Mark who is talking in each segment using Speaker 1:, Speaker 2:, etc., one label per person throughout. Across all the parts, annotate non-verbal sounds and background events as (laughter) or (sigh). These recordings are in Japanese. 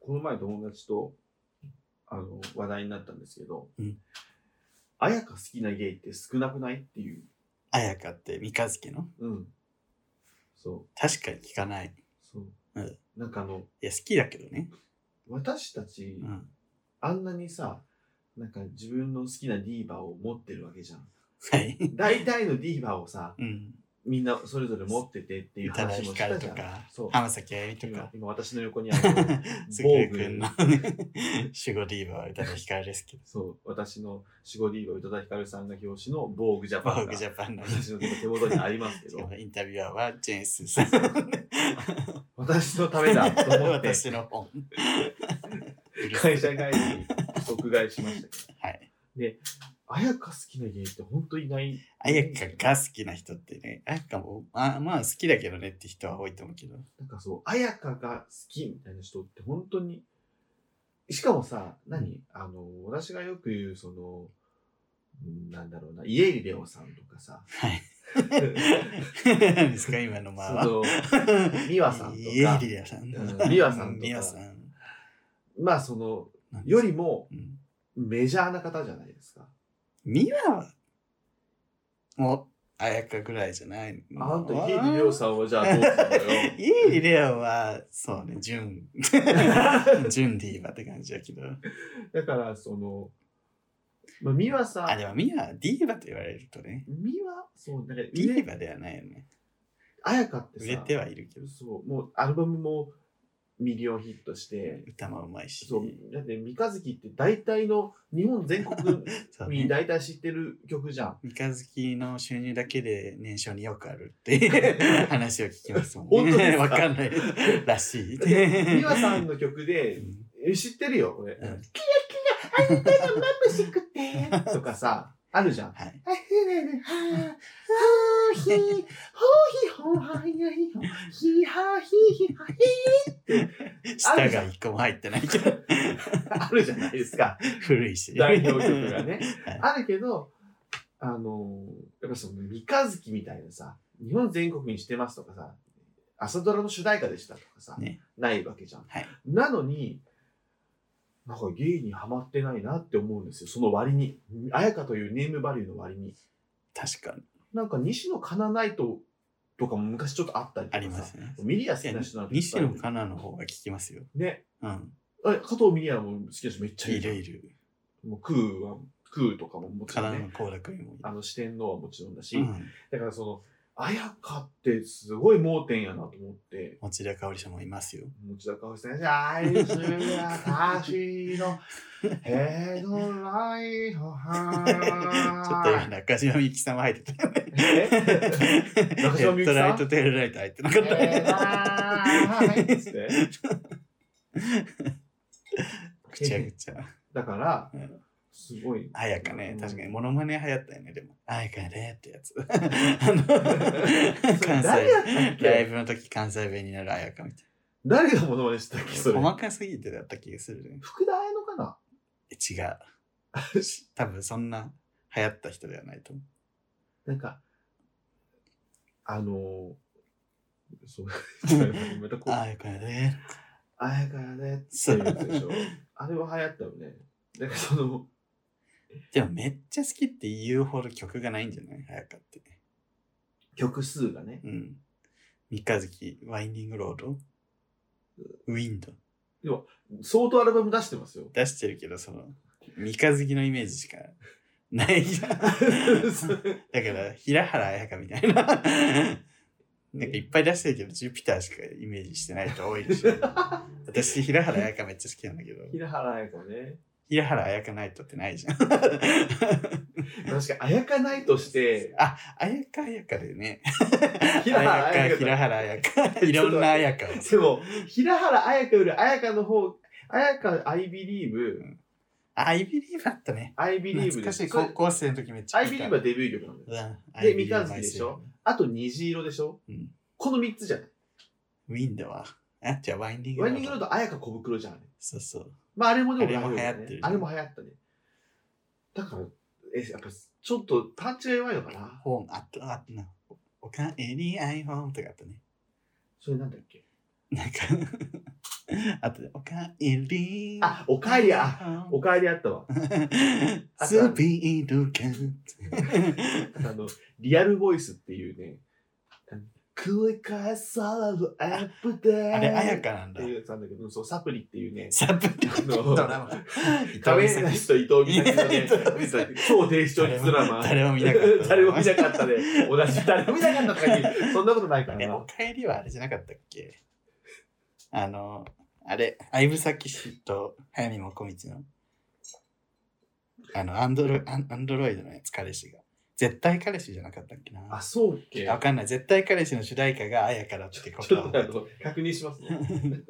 Speaker 1: この前友達とあの話題になったんですけど
Speaker 2: うん、
Speaker 1: あやか好きなゲイって少なくないっていう。
Speaker 2: 綾香って三日月の
Speaker 1: うん。そ
Speaker 2: 確かに聞かない。
Speaker 1: う。そう。
Speaker 2: うん
Speaker 1: なんかあの、
Speaker 2: いや、好きだけどね。
Speaker 1: 私たち、
Speaker 2: うん。
Speaker 1: あんなにさ、なんか自分の好きなディーバーを持ってるわけじゃん。
Speaker 2: はい。
Speaker 1: 大体のディーバーをさ、
Speaker 2: うん。
Speaker 1: みんなそれぞれ持っててっていう
Speaker 2: 宇多田
Speaker 1: 話
Speaker 2: ヒ
Speaker 1: もし
Speaker 2: カル
Speaker 1: た
Speaker 2: と
Speaker 1: じゃん。
Speaker 2: か
Speaker 1: そう、
Speaker 2: 浜崎あゆみと
Speaker 1: 今
Speaker 2: か、
Speaker 1: 今私の横にあ
Speaker 2: (laughs)
Speaker 1: る
Speaker 2: 杉くんの (laughs) ね、守護ディーバーは宇多田ヒカルですけど、
Speaker 1: そう、私の守護ディーバー宇多田ヒカルさんが表紙の防具ジャ
Speaker 2: ボ
Speaker 1: パン
Speaker 2: ー
Speaker 1: が
Speaker 2: グジ
Speaker 1: (laughs)
Speaker 2: ャパンの
Speaker 1: 私の手元にありますけど、
Speaker 2: インタビュアーはジェンスさん。
Speaker 1: 私のためだと思って
Speaker 2: 私の本。
Speaker 1: 会社帰りに即買いしましたけど、
Speaker 2: はい。
Speaker 1: 綾香好きな芸人って本当いない。
Speaker 2: あやかが好きな人ってね、あやかも、まあ、まあ好きだけどねって人は多いと思うけど。
Speaker 1: なんかそう、綾香が好きみたいな人って本当に、しかもさ、何あの、私がよく言う、その、うんなんだろうな、家入レオさんとかさ、
Speaker 2: はい。
Speaker 1: そ
Speaker 2: 何 (laughs) ですか、今のまあ。
Speaker 1: の、美和さんと
Speaker 2: イエ
Speaker 1: か
Speaker 2: リ、アさん。
Speaker 1: うんリアさんとか
Speaker 2: リアさん。
Speaker 1: まあその、よりも
Speaker 2: うん、
Speaker 1: メジャーな方じゃないですか。
Speaker 2: ミワも、あやかぐらいじゃないの。
Speaker 1: あんた、家入レオさんはじゃあどうするのよ (laughs)
Speaker 2: (laughs) イエリレアは、そうね、ジュン。 (laughs) ジュンディーバって感じだけど。
Speaker 1: だから、その、まあ、美和さん、
Speaker 2: あ、でもミワはディーバと言われるとね。
Speaker 1: 美和、そう、なんか、
Speaker 2: ディー
Speaker 1: ね、
Speaker 2: バではないよね。
Speaker 1: 彩香って
Speaker 2: 売れ
Speaker 1: さ、
Speaker 2: てはいるけど、
Speaker 1: そう、もうアルバムもミリオンヒットして、
Speaker 2: 歌もうまいし。
Speaker 1: そう、だって三日月って大体の日本全 (laughs) 国
Speaker 2: そう
Speaker 1: に
Speaker 2: ね。
Speaker 1: 大体知ってる曲じゃ (laughs) ん。
Speaker 2: 三日月の収入だけで年商によくあるっていう
Speaker 1: (laughs)
Speaker 2: 話を聞きますもん
Speaker 1: 本当です
Speaker 2: ね。
Speaker 1: か
Speaker 2: わかんないらしい。
Speaker 1: 美和さんの曲
Speaker 2: う
Speaker 1: で、
Speaker 2: ん
Speaker 1: え知ってるよ、俺。キ
Speaker 2: う
Speaker 1: ラ
Speaker 2: ん
Speaker 1: キラ、あんたがまぶしく (laughs) て、とかさ、あるじ (laughs) ゃん。
Speaker 2: はい。
Speaker 1: あふれるはー、はーひー、ほーひほーはーやひほー、ひーはーひーひーはー
Speaker 2: 舌が一個も入ってない
Speaker 1: ひ
Speaker 2: けど、
Speaker 1: ーあるじゃないですか。
Speaker 2: 古いし。
Speaker 1: 代表曲がね。
Speaker 2: はい
Speaker 1: あるけど、あのーやっぱその三日月みたいなさ、日本全国にしてますとかさ、朝ドラの主題歌でしたとかさ、
Speaker 2: ね
Speaker 1: ないわけじゃん。
Speaker 2: はい
Speaker 1: なのに、なんかゲイにはまってないなって思うんですよ。その割に。綾香というネームバリューの割に。
Speaker 2: 確かに。
Speaker 1: なんか西野カナナイトとかも昔ちょっとあったりと
Speaker 2: あ
Speaker 1: かさ
Speaker 2: りますね。
Speaker 1: ミリア好
Speaker 2: い
Speaker 1: き
Speaker 2: や
Speaker 1: な人なんていっぱ
Speaker 2: 西
Speaker 1: いいる
Speaker 2: 野カナの方が聞きますよ。
Speaker 1: ね。
Speaker 2: うん。
Speaker 1: あ加藤ミリアも好きな人めっちゃいる
Speaker 2: い
Speaker 1: じゃん。
Speaker 2: るいる。
Speaker 1: もうクーは、クーとかももち
Speaker 2: カ
Speaker 1: ろ
Speaker 2: ナ
Speaker 1: ん
Speaker 2: の
Speaker 1: ね。
Speaker 2: 高楽にもい
Speaker 1: あの四天王はもちろんだし。
Speaker 2: る。うん。
Speaker 1: だからその、綾香ってすごい盲点やなと思って、
Speaker 2: 持田香織さんもいますよ。
Speaker 1: 持田香織さんが、愛する私
Speaker 2: (laughs)
Speaker 1: のヘドライト
Speaker 2: (laughs) ちょっと今
Speaker 1: ハ
Speaker 2: 中島みゆきさんも入ってたよね。
Speaker 1: え
Speaker 2: (laughs)
Speaker 1: 中島みゆきさん
Speaker 2: ヘッドライト、テールライト入ってなかった
Speaker 1: ヘドライトっつって
Speaker 2: ぐちゃぐちゃ。
Speaker 1: だから
Speaker 2: うん、
Speaker 1: すごい。
Speaker 2: あやかね
Speaker 1: う、ん
Speaker 2: 確かに、モノマネ流行ったよね、でも。あやかねってやつ。 (laughs) あの、関
Speaker 1: 誰やったっ
Speaker 2: 西、
Speaker 1: け
Speaker 2: ライブの時関西弁になるあやかみたい
Speaker 1: 誰がモノマネしてたっけそれ。
Speaker 2: な。細かすぎてだった気がするね。
Speaker 1: 福田彩乃かな
Speaker 2: え違う。多分そんな流行った人ではないと思
Speaker 1: なんか、あのー、そう、
Speaker 2: (laughs)
Speaker 1: またこ
Speaker 2: う。
Speaker 1: う
Speaker 2: あやかね。
Speaker 1: あやかやねっていうやつでしょ。あれは流行ったよね。だからその、
Speaker 2: でもめっちゃ好きって言うほど曲がないんじゃないあやかって。
Speaker 1: 曲数がね。
Speaker 2: うん。三日月、ワインディングロード、ウィンド。
Speaker 1: 相当アルバム出して
Speaker 2: (laughs)
Speaker 1: ますよ。
Speaker 2: 出してるけど、その、三日月のイメージしかない
Speaker 1: (laughs)
Speaker 2: じゃん。だから、平原綾香みたいな。なんかいっぱい出してるけど、ジュピターしかイメージしてない人多い
Speaker 1: (laughs)
Speaker 2: でしょ。私、平原綾香めっちゃ好きなんだけど、
Speaker 1: 平原綾香ね。
Speaker 2: 平原綾香ナイトってないじゃん。
Speaker 1: 確かに、あやか (laughs) ないとして、
Speaker 2: あ、綾香綾香でね。
Speaker 1: 平原
Speaker 2: 綾
Speaker 1: 綾
Speaker 2: 香、
Speaker 1: 香
Speaker 2: 平
Speaker 1: だ。(laughs)
Speaker 2: 原綾香。 (laughs) いろんな綾香を。
Speaker 1: でも、平原綾香より綾香の方、綾香、I believe、
Speaker 2: あ、アイビリーバーだったね。
Speaker 1: I believe
Speaker 2: 懐
Speaker 1: で
Speaker 2: かしい。
Speaker 1: す。
Speaker 2: 高校生の時めっちゃ
Speaker 1: I believe はデビュー曲なんだよ。で三日月でしょあと虹色でしょ
Speaker 2: うん
Speaker 1: この3つじゃない。
Speaker 2: ウィンドは。あ、じゃあワインディング
Speaker 1: ワ
Speaker 2: ロー
Speaker 1: イ
Speaker 2: ド。
Speaker 1: ニングロード、綾香小袋じゃん。
Speaker 2: そうそう。
Speaker 1: まあ、あれもでも
Speaker 2: あれも流行ってる
Speaker 1: ね。あれも流行ったね。だから、え、やっぱ、ちょっとパンチが弱いのかな
Speaker 2: ホーム、あった、あったな。おおかえり、アイホームとかあったね。
Speaker 1: それなんだっけ
Speaker 2: なんか、 (laughs) あとで、おかえり。
Speaker 1: あおかえりや。おかえりあったわ。
Speaker 2: スピード感
Speaker 1: (laughs) あの、リアルボイスっていうね、あの繰り返されるアップデート。
Speaker 2: あれ、あやかなん
Speaker 1: って
Speaker 2: だ。
Speaker 1: いうやつなんだけど、そう、サプリっていうね、
Speaker 2: サプリドラマ。
Speaker 1: 仮面ライダーと伊藤美咲の
Speaker 2: い
Speaker 1: ね
Speaker 2: や伊藤美咲、
Speaker 1: 超低視聴率ドラマ。
Speaker 2: 誰も見なかっ
Speaker 1: (laughs)
Speaker 2: た。
Speaker 1: 誰も見なかったで、同じ、誰も見なかったとか言うそんなことないか
Speaker 2: あ
Speaker 1: ら
Speaker 2: れ、
Speaker 1: な
Speaker 2: お。かえりはあれじゃなかったっけあの、あれ、相武咲氏と早見もこみちの、あの、アンドロイアンアンドロイドのやつ、彼氏が。絶対彼氏じゃなかったっけな。
Speaker 1: あ、そうっけ
Speaker 2: わかんない。絶対彼氏の主題歌があやからってこ
Speaker 1: ち
Speaker 2: と
Speaker 1: ょ
Speaker 2: は
Speaker 1: っとあの、確認しますね。
Speaker 2: (laughs)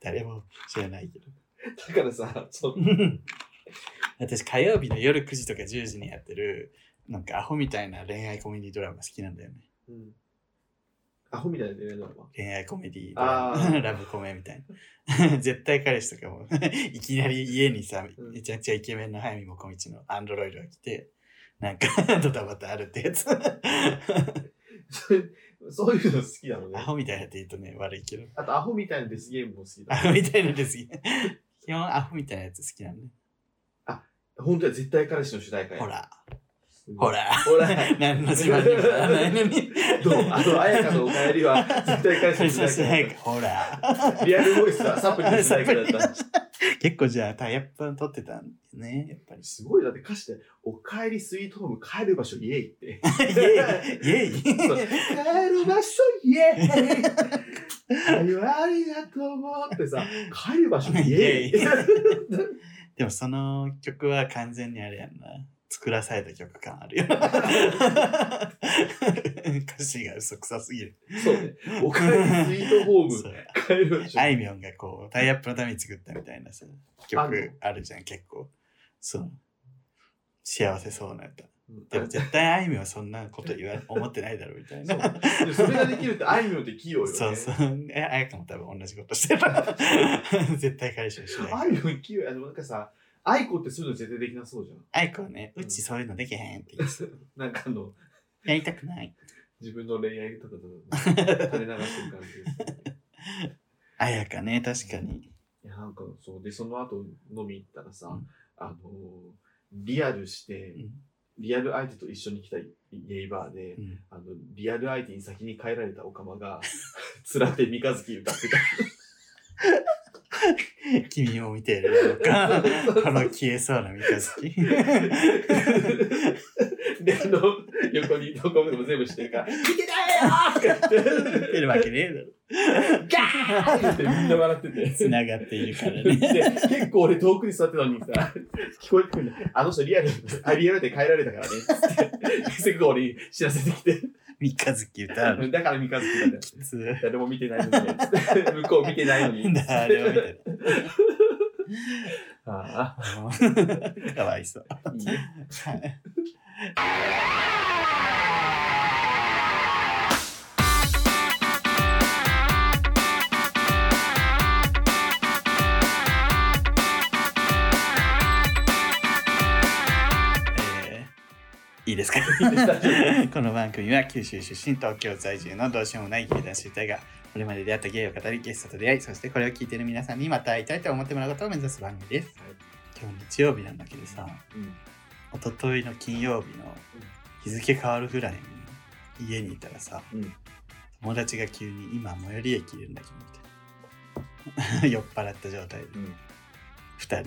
Speaker 2: 誰も知らないけど。 (laughs)
Speaker 1: だからさ、そう
Speaker 2: 私、火曜日の夜9時とか10時にやってる、なんかアホみたいな恋愛コメディドラマ好きなんだよね。
Speaker 1: うんアホみたいな恋愛ドラマ。
Speaker 2: 恋愛コメディド
Speaker 1: あ
Speaker 2: ラ
Speaker 1: ー
Speaker 2: マ (laughs) ラブコメみたいな。 (laughs) 絶対彼氏とかも、 (laughs) いきなり家にさ、
Speaker 1: うん
Speaker 2: めちゃくちゃイケメンの早見もこみちのアンドロイドが来て、なんか (laughs) ドタバタあるってや
Speaker 1: (laughs)
Speaker 2: つ。
Speaker 1: それ (laughs) そういうの好きなの
Speaker 2: ア
Speaker 1: ね。
Speaker 2: ホみたいなって言うとね、悪いけど。
Speaker 1: あと、アホみたいなデスゲームも好き
Speaker 2: ア
Speaker 1: だ。
Speaker 2: ホみたいなですよ。基本アホみたいなやつ好きなんだ、ね。
Speaker 1: 本当は絶対彼氏の主題歌や
Speaker 2: ほ。ら、
Speaker 1: すごい
Speaker 2: ほ。ら。
Speaker 1: ほら。
Speaker 2: (laughs) 何の島にもならないのに。
Speaker 1: (laughs) どうあの、綾香のお帰り
Speaker 2: (laughs)
Speaker 1: は絶対
Speaker 2: そ
Speaker 1: 返
Speaker 2: れ
Speaker 1: し
Speaker 2: そ
Speaker 1: てく
Speaker 2: れそ
Speaker 1: れない
Speaker 2: れほら。
Speaker 1: から。リアルボイスは (laughs) サプリの主題歌だった。
Speaker 2: 結構じゃあタイアップ取ってたんですね、やっぱり。
Speaker 1: すごい、だって歌詞で、お帰りスイートホーム、帰る場所イエイ (laughs) って。
Speaker 2: イエイイ
Speaker 1: そう帰
Speaker 2: エイ
Speaker 1: る場所イエイ (laughs) ありがとうもってさ、帰る場所 (laughs) イエイ
Speaker 2: イエイでもその曲は完全にあれやんな。作らされた曲感あ
Speaker 1: (laughs)
Speaker 2: るよ。歌詞が嘘くさすぎる。
Speaker 1: そう
Speaker 2: (laughs)
Speaker 1: ね。お帰りスイートホーム
Speaker 2: そ、う
Speaker 1: 帰る場所
Speaker 2: あいみょんがこう、タイアップのために作ったみたいなさ、曲あるじゃん、結構。そう。幸せそうな歌。
Speaker 1: うん
Speaker 2: でも絶対あいみょんはそんなこと言わ思ってないだろうみたいな。
Speaker 1: でもそれができるってあいみょんって器用よね。
Speaker 2: そうそう。え、あやかも多分同じこ
Speaker 1: (laughs)
Speaker 2: としてる。絶対彼氏をしな
Speaker 1: あ
Speaker 2: い。
Speaker 1: いみょん器用や。でもなんかさ、あいこってそういうの絶対できなそうじゃん。
Speaker 2: あいこはね、うちそういうのできへんって言う。
Speaker 1: なんかあの、
Speaker 2: やりたくない。
Speaker 1: 自分の恋愛とかと垂れ流してる感じです、
Speaker 2: (laughs)
Speaker 1: ね。
Speaker 2: あやかね、確かに。
Speaker 1: いや、なんかそう。で、その後飲み行ったらさ、
Speaker 2: うん
Speaker 1: あのーリアルして
Speaker 2: う、ん。
Speaker 1: リアル相手と一緒に来たゲイバーで、
Speaker 2: うん
Speaker 1: あの、リアル相手に先に帰られたオカマ
Speaker 2: (laughs)
Speaker 1: が、つらて三日月歌ってた。
Speaker 2: 君を見ているの (laughs) か、この消えそうな三日月。
Speaker 1: (laughs) で、あの、横にどこでも全部してるから、聞けたよーとか言
Speaker 2: 見
Speaker 1: って
Speaker 2: るわけねえだろ。
Speaker 1: ガーってみんな笑ってて。
Speaker 2: つながっているから
Speaker 1: で
Speaker 2: ね。
Speaker 1: 結構俺遠くに座ってたのにさ、聞こえてくるんだ。あの人リアル、あリアルで帰られたからね。つって、すぐ俺に知らせてきて。
Speaker 2: 三日月歌うの。
Speaker 1: だから三日月なんだよ。
Speaker 2: 普通。 (laughs)
Speaker 1: 誰も見てないのにね。つって向こう見てないのに。
Speaker 2: 誰を見てる。 (laughs)
Speaker 1: あ
Speaker 2: うんかわいそう。
Speaker 1: あ、いいね
Speaker 2: えーいいですか (laughs) この番組は九州出身東京在住のどうしようもない芸男子体がこれまで出会った芸を語りゲストと出会いそしてこれを聞いている皆さんにまた会いたいと思ってもらうことを目指す番組です、
Speaker 1: はい
Speaker 2: 今日日曜日なんだけどさ一昨日の金曜日の日付変わるぐらいに家にいたらさ、
Speaker 1: うん
Speaker 2: 友達が急に今最寄り駅いるんだけどみたいな (laughs) 酔っ払った状態で
Speaker 1: うん。
Speaker 2: 2人
Speaker 1: うん。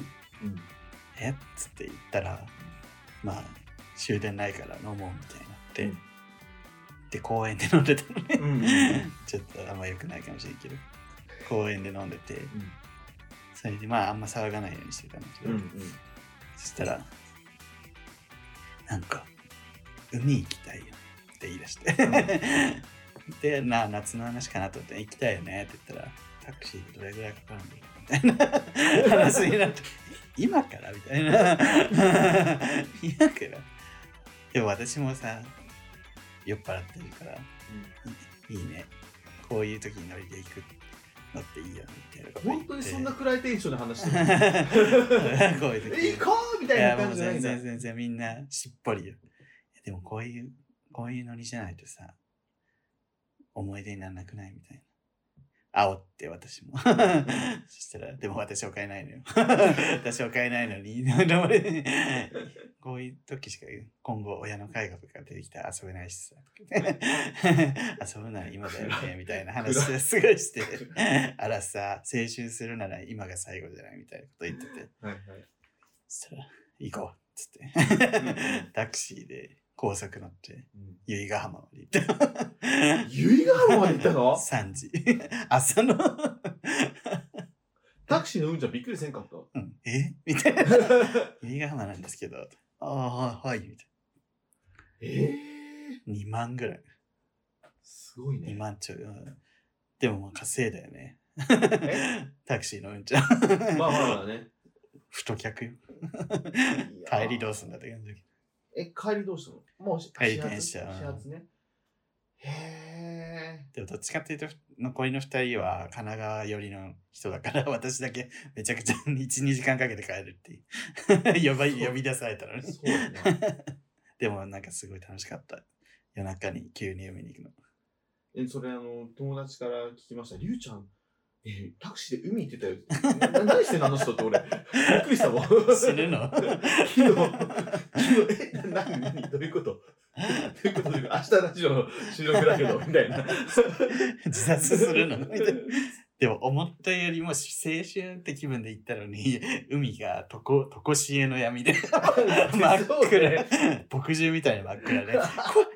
Speaker 2: えっつって言ったら、まあ、終電ないから飲もうみたいになって、
Speaker 1: うん
Speaker 2: で、公園で飲んでたのね。
Speaker 1: うんうんうん
Speaker 2: ちょっとあんま良くないかもしれんけど、公園で飲んでて、それでまあ、あんま騒がないようにしてたんだけ
Speaker 1: うん。う
Speaker 2: ど、
Speaker 1: ん。
Speaker 2: そしたら、なんか、海行きたいよって言い出して。で、なあ、夏の話かなと思って、行きたいよねって言ったら、タクシーでどれぐらいかかるんだろうみたいな話になって、今からみたいな。今からでも私もさ、酔っ払ってるから、いいね。こういう時に乗りで行くのっていいよねみたいなこと言
Speaker 1: 本
Speaker 2: って。
Speaker 1: 当にそんな暗いテンションで話してる (laughs)
Speaker 2: (laughs) こういう時に
Speaker 1: 行こうみた
Speaker 2: い
Speaker 1: い
Speaker 2: や
Speaker 1: な
Speaker 2: も
Speaker 1: 感
Speaker 2: う
Speaker 1: じじゃないんだ
Speaker 2: 全然。全然みんなしっぽりよ。でもこういう、こういうノリじゃないとさ、思い出にならなくないみたいな。煽って私も。 (laughs) そしたら、でも私は買えないのよ。 (laughs) 私は買えないのに。 (laughs) でもねこういう時しか今後親の介護とか出てきたら遊べないしさ。 (laughs) 遊ぶなら今だよね、みたいな話をすごいして。
Speaker 1: (laughs)
Speaker 2: あらさ、青春するなら今が最後じゃないみたいなこと言ってて。
Speaker 1: はいはい。
Speaker 2: そしたら、行こうっつって。タクシーで高速乗って、
Speaker 1: (laughs) うん
Speaker 2: 由比ヶ浜まで行った。
Speaker 1: 由比ヶ浜まで行ったの
Speaker 2: ?3 時。朝の、
Speaker 1: タクシーの運じゃびっくりせんか (laughs) った。
Speaker 2: うん、えみたいな。由比ヶ浜なんですけど、ああ、はい、みたい
Speaker 1: ええ
Speaker 2: な。2万ぐらい。
Speaker 1: すごい
Speaker 2: 2
Speaker 1: ね。
Speaker 2: 万ちょい。うんでもまあ稼いだよね
Speaker 1: え。
Speaker 2: (laughs) タクシーのうんちゃん。
Speaker 1: まあまあまあね。
Speaker 2: (laughs) 太客よ。
Speaker 1: いやー
Speaker 2: 帰りどうすんだって感じ。
Speaker 1: え、帰りどうしたのもう、
Speaker 2: 帰り電
Speaker 1: 始
Speaker 2: 車
Speaker 1: 発始発ね。へ
Speaker 2: でもどっちかっていうと、残りの2人は神奈川寄りの人だから、 (laughs) 私だけめちゃくち (laughs) ゃ1、2時間かけて帰るっていう。呼 (laughs) ば
Speaker 1: (laughs) そう
Speaker 2: 呼び出されたの
Speaker 1: え。
Speaker 2: に。
Speaker 1: そうだね。
Speaker 2: でもなんかすごい楽しかった。夜中に急に海に行くの。
Speaker 1: え、それあの、友達から聞きました。りゅうちゃん、え、タクシーで海行ってたよ。な何してんのあの人って俺、びっくりしたもん。
Speaker 2: 死ぬの
Speaker 1: 昨日、昨日、え、な、なに、どういうことどういうことどういうこと明日ラジオの収録だけど、みたいな。
Speaker 2: (laughs) 自殺するのみたいな。でも思ったよりも青春って気分で行ったのに、海がとこ、とこしえの闇で真っ
Speaker 1: そう
Speaker 2: 暗
Speaker 1: ね。
Speaker 2: 牧汁みたいに真っ暗 (laughs) で、こ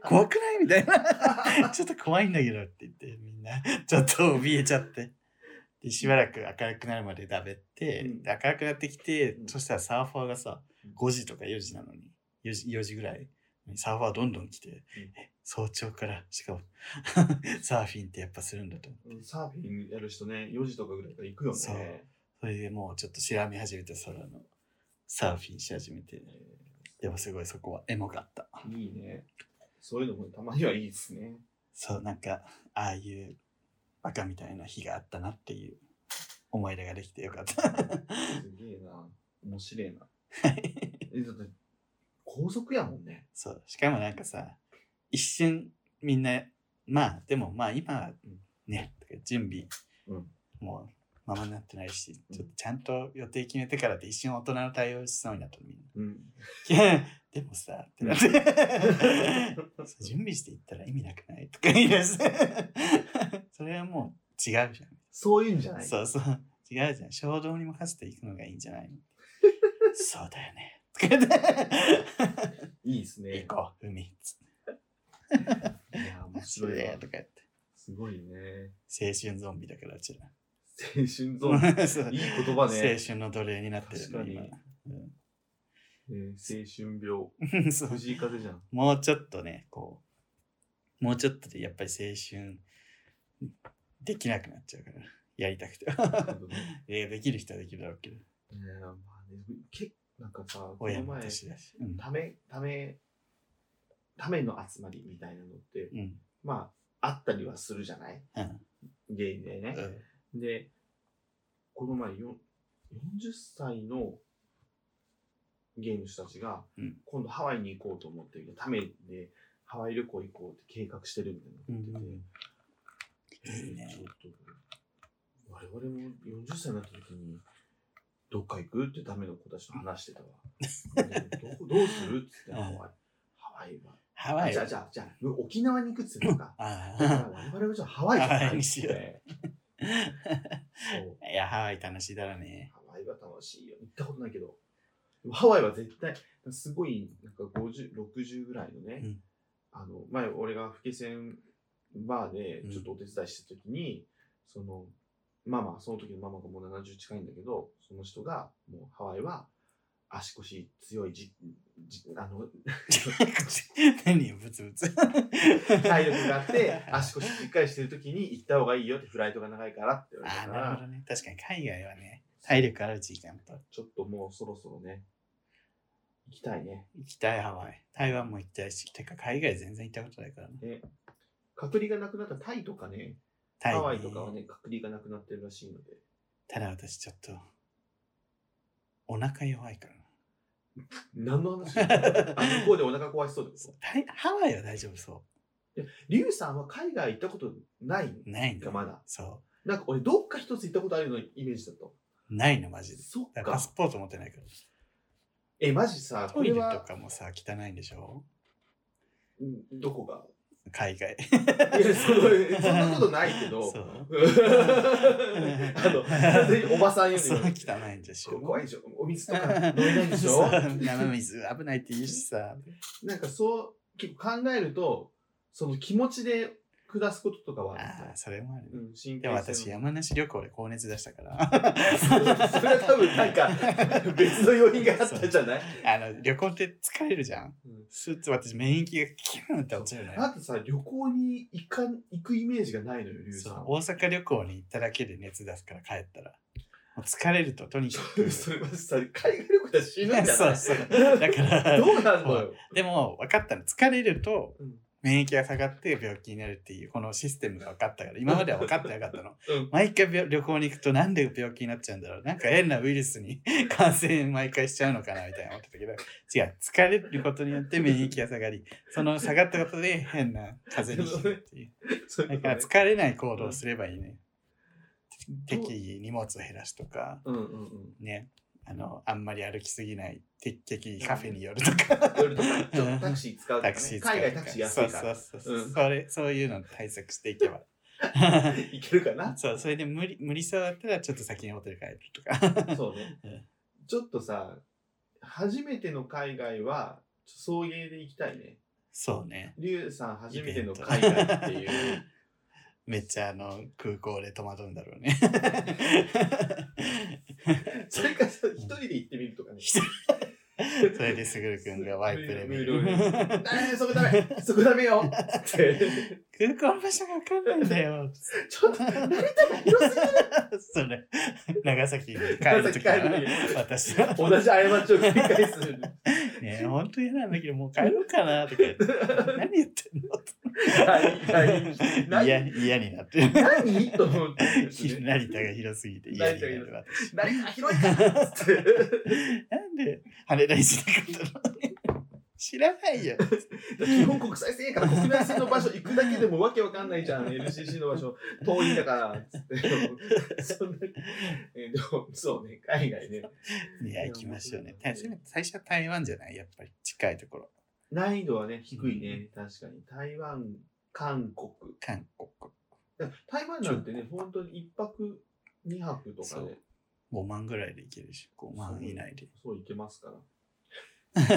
Speaker 2: 怖くないみたいな。 (laughs) ちょっと怖いんだけどって言って、みんな、 (laughs) ちょっと怯えちゃって。で、しばらく明るくなるまでだべって、
Speaker 1: うん
Speaker 2: で明るくなってきて、
Speaker 1: うん
Speaker 2: そしたらサーファーがさ
Speaker 1: うん、
Speaker 2: 5時とか4時なのに、4時 ,4 時ぐらいにサーファーどんどん来て、え早朝から、しかも、 (laughs) サーフィンってやっぱするんだと思って
Speaker 1: うんサーフィンやる人ね、4時とかぐらいから行くよ
Speaker 2: そう
Speaker 1: ね。
Speaker 2: それでもうちょっと調べ始めた空のサーフィンし始めて、でもすごいそこはエモかった。
Speaker 1: いいね。そういうのもたまにはいいですね。
Speaker 2: そう、なんか、ああいうバカみたいな日があったなっていう思い出ができてよかった。 (laughs)
Speaker 1: すげえな。面白いな。え、だって、高速やもんね。
Speaker 2: そう、しかもなんかさ、一瞬みんな、まあでもまあ今はね、準備
Speaker 1: うん
Speaker 2: もうままになってないし、ちょっとちゃんと予定決めてからって一瞬大人の対応しそうになったのみん
Speaker 1: う
Speaker 2: な。 (laughs)
Speaker 1: ん。(laughs)
Speaker 2: いやでもさ、ってなって。そう準備していったら意味なくないとか言い出して。それはもう違うじ
Speaker 1: そういうんじゃ
Speaker 2: ゃん。
Speaker 1: ない。
Speaker 2: そうそう。違うじゃん。衝動に任せていくのがいいんじゃないの
Speaker 1: (laughs)
Speaker 2: そうだよね。とか言って
Speaker 1: いいですね。
Speaker 2: 行こう、海。つって
Speaker 1: いや、面
Speaker 2: そ
Speaker 1: 白
Speaker 2: れ
Speaker 1: い
Speaker 2: で
Speaker 1: わ
Speaker 2: と。か言って。
Speaker 1: すごいね。
Speaker 2: 青春ゾンビだから、うちら。
Speaker 1: 青春ゾ
Speaker 2: (laughs)
Speaker 1: ーン。
Speaker 2: そう
Speaker 1: いい言葉ね。
Speaker 2: 青春の奴隷になってるの、
Speaker 1: 確か
Speaker 2: 今
Speaker 1: に。えー青春病。
Speaker 2: うんそう
Speaker 1: 藤井風じゃん。
Speaker 2: (laughs) もうちょっとね、こう、もうちょっとでやっぱり青春できなくなっちゃう
Speaker 1: (laughs)
Speaker 2: から、やりたくて。
Speaker 1: ね
Speaker 2: いやできる人はできるだろうけど、
Speaker 1: えまあね、けなんかさ、こ
Speaker 2: 親
Speaker 1: の
Speaker 2: も
Speaker 1: 前、
Speaker 2: 年だし。うん
Speaker 1: ため、ため、ための集まりみたいなのって、
Speaker 2: うん。
Speaker 1: まあ、あったりはするじゃない
Speaker 2: うん。
Speaker 1: 芸人でね。
Speaker 2: うん
Speaker 1: で、この前よ、40歳のゲーム人たちが、
Speaker 2: うん
Speaker 1: 今度ハワイに行こうと思ってる、ためでハワイ旅行行こうって計画してるみたいなこと言ってて、
Speaker 2: いいね
Speaker 1: ちょっと、我々も40歳になった時に、どっか行くってダメの子たちと話してた
Speaker 2: (laughs)
Speaker 1: わ。でどこどうするっつって、
Speaker 2: うん
Speaker 1: ハワイ。ハワイは。
Speaker 2: ハワイ
Speaker 1: じゃあ、じゃあ、じゃあ、沖縄に行くっつってたのか。
Speaker 2: あ
Speaker 1: だから
Speaker 2: あ。
Speaker 1: 我々はじゃあハワイじゃ
Speaker 2: (laughs) ハ
Speaker 1: な
Speaker 2: ワイ
Speaker 1: い
Speaker 2: に
Speaker 1: っ
Speaker 2: し
Speaker 1: つっ
Speaker 2: よう
Speaker 1: て。そう。
Speaker 2: いや、ハワイ楽しいだろうね。 (laughs)
Speaker 1: ハワイは楽しいよ。行ったことないけど。でもハワイは絶対、すごい、なんか50、60ぐらいのね、
Speaker 2: うん
Speaker 1: あの、前、俺が福泉バーでちょっとお手伝いしたときに、その、ママ、その時のママがもう70近いんだけど、その人が、もうハワイは足腰強いじ、じあの、
Speaker 2: 何よ、ブツブツ。
Speaker 1: 体力があ
Speaker 2: (laughs)
Speaker 1: って、足腰しっかりしてる時に行った方がいいよって、フライトが長いからって言われ
Speaker 2: あ
Speaker 1: た
Speaker 2: あ、
Speaker 1: か
Speaker 2: なるほ
Speaker 1: ら、
Speaker 2: どね。確かに海外はね、体力あるうち行かんと。
Speaker 1: ちょっともうそろそろね、行きたいね。
Speaker 2: 行きたい、ハワイ。台湾も行きたいし、てか海外全然行ったことないからね。
Speaker 1: 隔離がなくなったタイとかね、
Speaker 2: タイね
Speaker 1: ハワイとかはね、隔離がなくなってるらしいので。
Speaker 2: ただ私ちょっと、お腹弱いからな。
Speaker 1: 何の話 (laughs) あ向こうでお腹壊しそうってこと
Speaker 2: タイハワイは大丈夫そ。
Speaker 1: リュウさんは海外行ったことないう
Speaker 2: ないん
Speaker 1: が
Speaker 2: だ。
Speaker 1: まだ。
Speaker 2: そ
Speaker 1: なんか俺、どっか一つ行ったことあるようなイメージだと。
Speaker 2: ないの、マジで。
Speaker 1: そっ
Speaker 2: だからパ
Speaker 1: か。
Speaker 2: スポート持ってないから。
Speaker 1: え、マジさ、
Speaker 2: ト
Speaker 1: こ
Speaker 2: イレ
Speaker 1: れ
Speaker 2: と
Speaker 1: は、
Speaker 2: かもさ、汚いんでしょ
Speaker 1: うんど
Speaker 2: (laughs)
Speaker 1: こが
Speaker 2: 海外。
Speaker 1: いや、そのそんなことないけど
Speaker 2: (laughs) そ、う。
Speaker 1: あの、完全におばさんより
Speaker 2: (laughs) そう、
Speaker 1: も、
Speaker 2: 汚いんでしょ
Speaker 1: 怖いでしょお水とか飲めないでしょ
Speaker 2: (laughs) そう生水危ないって言うしさ。
Speaker 1: なんかそう、結構考えると、その気持ちで下すこととかはあるみたい
Speaker 2: ああ、それもあるね。
Speaker 1: うん、神
Speaker 2: でも
Speaker 1: 経
Speaker 2: 私、
Speaker 1: 質な
Speaker 2: 山梨旅行で高熱出したから。
Speaker 1: それは多分なんか、別の要因があったんじゃない
Speaker 2: (laughs) あの、旅行って疲れるじゃん
Speaker 1: うん。
Speaker 2: スーツ、私、免疫がキューンって落ちるの
Speaker 1: あ
Speaker 2: よ。
Speaker 1: とさ、旅行に行かん行くイメージがないのよ、リュウ
Speaker 2: そ
Speaker 1: さ。
Speaker 2: うん大阪旅行に行っただけで熱出すから帰ったら。もう疲れると、とにか
Speaker 1: (laughs)
Speaker 2: く。
Speaker 1: それはさ、海外旅行では死ぬんじゃ
Speaker 2: (laughs) そ
Speaker 1: な
Speaker 2: う
Speaker 1: い
Speaker 2: そう。だから
Speaker 1: (laughs) ど、うなんのよ。
Speaker 2: でも分かったの。疲れると
Speaker 1: うん
Speaker 2: 免疫が下がって病気になるっていうこのシステムが分かったから、今までは分かってなかったの。 (laughs)
Speaker 1: うん
Speaker 2: 毎回病旅行に行くとなんで病気になっちゃうんだろう。なんか変なウイルスに (laughs) 感染毎回しちゃうのかなみたいな思ってたけど、違う。疲れることによって免疫が下がり、その下がったことで (laughs) 変な風邪にひくっていう。
Speaker 1: そうい
Speaker 2: だ
Speaker 1: うこと
Speaker 2: から
Speaker 1: ね
Speaker 2: 疲れない行動をすればいいね。適宜荷物を減らすとか、
Speaker 1: (laughs) うんうんうん。
Speaker 2: ね。あの、あんまり歩きすぎない、適宜カフェに寄るとか。
Speaker 1: 夜とか、ちょっとタクシー使うとか
Speaker 2: タ
Speaker 1: ね
Speaker 2: クシー使う
Speaker 1: 海
Speaker 2: と
Speaker 1: 外タクシー安いから。
Speaker 2: そうそうそうそう、
Speaker 1: うん
Speaker 2: それそういうの対策していけば (laughs)
Speaker 1: 行けるかな
Speaker 2: そうそれで無理無理そうだったらちょっと先にホテル帰るとか (laughs)
Speaker 1: そうね
Speaker 2: うん。
Speaker 1: ちょっとさ、初めての海外は、ちょっと送迎で行きたいね。
Speaker 2: そうね
Speaker 1: リュウさん初めての
Speaker 2: イベント
Speaker 1: 海外っていう。
Speaker 2: めっちゃあの空港で戸惑うんだろ
Speaker 1: (laughs)
Speaker 2: うね
Speaker 1: それかさ、一人で行ってみるとかね。
Speaker 2: 一それでスグル君がワイプで見
Speaker 1: 無料
Speaker 2: る
Speaker 1: 無料 (laughs) ダメそこダメそこダメよって。
Speaker 2: 空港の場所がわかんないんだよ
Speaker 1: ちょっと、成田が広す
Speaker 2: それ長崎に帰るときは
Speaker 1: 長崎帰る時
Speaker 2: 私は
Speaker 1: ぎる同じ過ちを繰り返す。
Speaker 2: (laughs) ね本当嫌なんだけどもう帰ろうかなとか言って何言ってんの
Speaker 1: 何何
Speaker 2: いや嫌になってる
Speaker 1: 何と思って。
Speaker 2: 成田が広すぎて嫌になるわ
Speaker 1: 成田が広いからっつって。
Speaker 2: なんで羽田にしなかったの知らないよ。
Speaker 1: 基本国際線やから国内線の場所行くだけでもわけわかんないじゃん LCC の場所遠いんだからつ
Speaker 2: (laughs)
Speaker 1: ってそんなえでもそうね海外ね
Speaker 2: いや、行きましょうね。初めて最初は台湾じゃないやっぱり近いところ。
Speaker 1: 難易度はね低いね、確かに台湾韓国
Speaker 2: 韓国。
Speaker 1: だから台湾なんてね本当に一泊二泊とかで、
Speaker 2: 5万ぐらいで行けるし、5万以内で。
Speaker 1: そういけます
Speaker 2: (laughs)
Speaker 1: から。めっち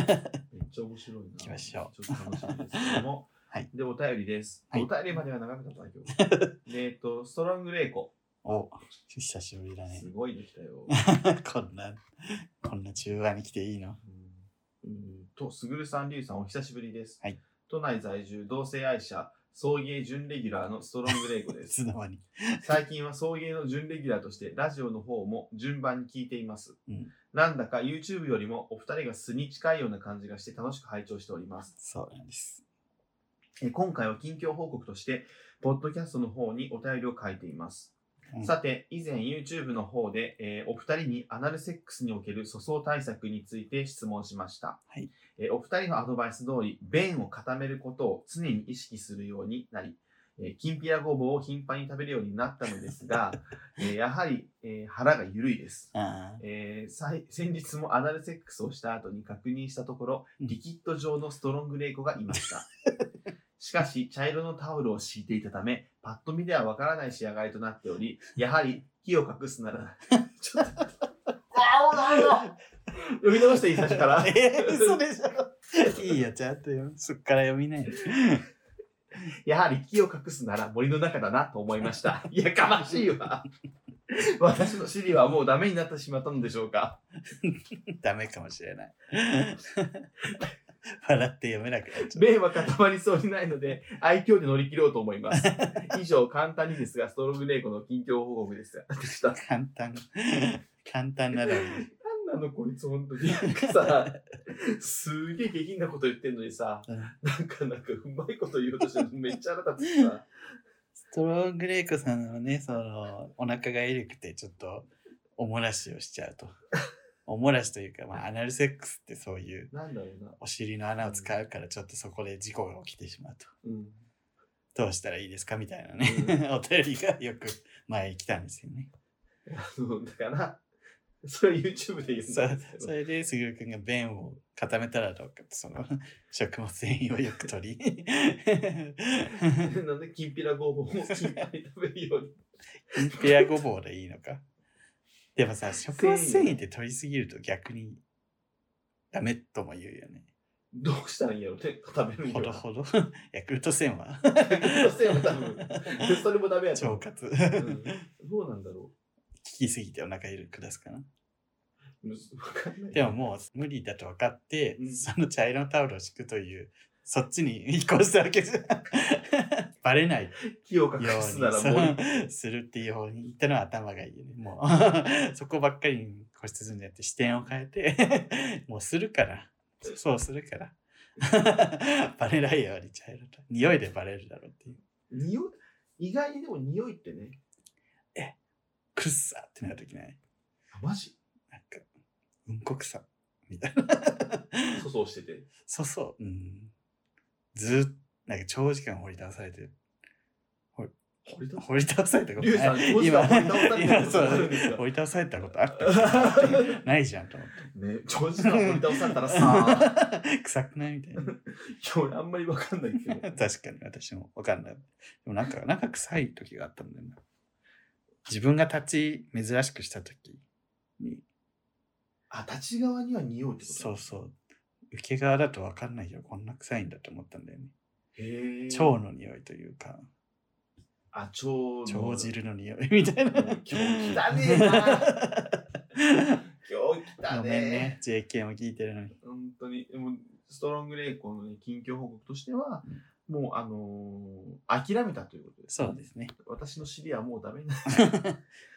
Speaker 1: ゃ面白いな。行
Speaker 2: きましょ
Speaker 1: う。ちょっと楽しみですけども。
Speaker 2: (laughs) はい
Speaker 1: で、お便りです。
Speaker 2: はい
Speaker 1: お便りまでは長くなったな今日。
Speaker 2: (laughs)
Speaker 1: えっと、ストロングレイコ。
Speaker 2: お、久しぶりだね
Speaker 1: す。ごいできた
Speaker 2: (laughs)
Speaker 1: よ。
Speaker 2: こんな、こんな中和に来ていいの。
Speaker 1: うんうんと、すぐるさん、りゅうさん、お久しぶりです。
Speaker 2: はい
Speaker 1: 都内在住、同性愛者、送迎準レギュラーのストロングレイコ
Speaker 2: い (laughs)
Speaker 1: です。
Speaker 2: つの間に。
Speaker 1: 最近は送迎の準レギュラーとして、ラジオの方も順番に聞いています。
Speaker 2: うん
Speaker 1: なんだか YouTube よりもお二人が素に近いような感じがして楽しく拝聴しております。
Speaker 2: そうなんです。
Speaker 1: えー今回は近況報告として、ポッドキャストの方にお便りを書いています。
Speaker 2: うん
Speaker 1: さて、以前 YouTube の方で、えーお二人にアナルセックスにおける粗相対策について質問しました。
Speaker 2: はい
Speaker 1: えーお二人のアドバイス通り、便を固めることを常に意識するようになり、えーきんぴらごぼうを頻繁に食べるようになったのです
Speaker 2: (laughs)
Speaker 1: が、えーやはり、えー腹が緩いです。
Speaker 2: ああ、
Speaker 1: えーさい先日もアナルセックスをした後に確認したところ、
Speaker 2: うん
Speaker 1: リキッド状のストロングレイコがいま
Speaker 2: (laughs)
Speaker 1: した。しかし、茶色のタオルを敷いていたため、パッと見ではわからない仕上がりとなっており、やはり火を隠すな
Speaker 2: (laughs)
Speaker 1: ら、ちょっと、あおなる読み直していい最初から。
Speaker 2: (laughs) えー、嘘でしょ。いいよ、ちゃんとよ。そっから読みないで。
Speaker 1: やはり木を隠すなら森の中だなと思いました。いやかましいわ。私の尻はもうダメになってしまったのでしょうか。
Speaker 2: ダメかもしれない。 (laughs) 笑って読めなく
Speaker 1: (laughs)
Speaker 2: なっちゃう。
Speaker 1: 便は固まりそうにないので、愛嬌で乗り切ろうと思います。以上、簡単にですが、ストロングレイコの近況報告でした。で
Speaker 2: (laughs)
Speaker 1: した。
Speaker 2: 簡単。簡単なの
Speaker 1: な
Speaker 2: に。
Speaker 1: んなのこいつ、本当に。なんかさ、すげえ下品なこと言ってんのにさ、
Speaker 2: うん
Speaker 1: なんか、なんか、うまいこと言おうとしてるのめっちゃ腹立つさ。
Speaker 2: ストロングレイコさんのね、その、お腹が緩くて、ちょっと、おもらしをしちゃうと。おもらしというか、まあ、アナルセックスってそういう、
Speaker 1: なんだろうな。
Speaker 2: お尻の穴を使うから、ちょっとそこで事故が起きてしまうと。
Speaker 1: うん。
Speaker 2: どうしたらいいですかみたいなね、 (laughs) お便りがよく前に来たんですよね。
Speaker 1: あのだから、それは YouTube で言うん
Speaker 2: そ
Speaker 1: だ
Speaker 2: う
Speaker 1: け
Speaker 2: そ
Speaker 1: ど、
Speaker 2: れで、すぐるくんが便を固めたらどうかと、そ
Speaker 1: (laughs)
Speaker 2: の食物繊維をよく取り、
Speaker 1: なんできんぴらごぼうをきんぴらに食べるように。
Speaker 2: ペアごぼうでいいのか。でもさ、食物繊維って取りすぎると逆にダメとも言うよね。
Speaker 1: どうしたらいいんやろね、食べるに
Speaker 2: ほ
Speaker 1: は
Speaker 2: どほ
Speaker 1: (laughs)
Speaker 2: ど。ヤクルト1000は。
Speaker 1: ルト1000は多でそれもダメやと
Speaker 2: 腸
Speaker 1: 思う。
Speaker 2: 活。
Speaker 1: うんどうなんだろ
Speaker 2: 聞きすぎてお腹緩く出すかな。
Speaker 1: う。むずわかんない。
Speaker 2: でももう無理だと分かって、
Speaker 1: うん
Speaker 2: その茶色のタオルを敷くという、そっちに移行したわけじゃん。バレないよ
Speaker 1: 気を
Speaker 2: う
Speaker 1: 隠
Speaker 2: に
Speaker 1: すならもう
Speaker 2: (laughs) そうするっていう方に行ったのは頭がいいよね。もう、そこばっかりに固執するんじゃなくて視点を変えて、 (laughs) もうするから。そうするから。 (laughs) バレないように茶色と。匂いでバレるだろうっていう。
Speaker 1: 匂い意外にでも匂いってね、
Speaker 2: くっさってなるときない。
Speaker 1: あマジ
Speaker 2: なんか、うんこくさ。みたいな。
Speaker 1: 粗相してて。
Speaker 2: そうそう。うん。ずーっと、なんか長時間掘り倒されてる。
Speaker 1: 掘り出す
Speaker 2: 掘り倒されたこと
Speaker 1: リュウさん
Speaker 2: な
Speaker 1: 長時
Speaker 2: い。
Speaker 1: 間掘り倒されて
Speaker 2: 今、
Speaker 1: る
Speaker 2: 今、
Speaker 1: こ
Speaker 2: そ
Speaker 1: とあるんです
Speaker 2: う
Speaker 1: か
Speaker 2: 掘り倒されたことあった。ないじゃんと思って。
Speaker 1: (laughs) ね、長時間掘り倒されたら
Speaker 2: (laughs)
Speaker 1: さ、
Speaker 2: 臭くないみたいな。
Speaker 1: いや俺あんまりわかんないけど。
Speaker 2: (laughs) 確かに私もわかんない。でもなんか、なんか臭い時があったんだよな。自分が立ち珍しくした時に、
Speaker 1: あ、立ち側には匂いってこと
Speaker 2: そうそう。受け側だとわかんないけど、こんな臭いんだと思ったんだよね。
Speaker 1: へえ。
Speaker 2: 腸の匂いというか、
Speaker 1: あ、腸の。
Speaker 2: 腸。汁の匂いみたい (laughs) な。
Speaker 1: 今日汚ねえな今日来た
Speaker 2: ご
Speaker 1: ね。
Speaker 2: めんね、JK も聞いてるのに。
Speaker 1: 本当に、もうストロングレイコーのね近況報告としては、もうあのー諦めたということです、
Speaker 2: そうですね。
Speaker 1: 私の知り合いはもうダメになっ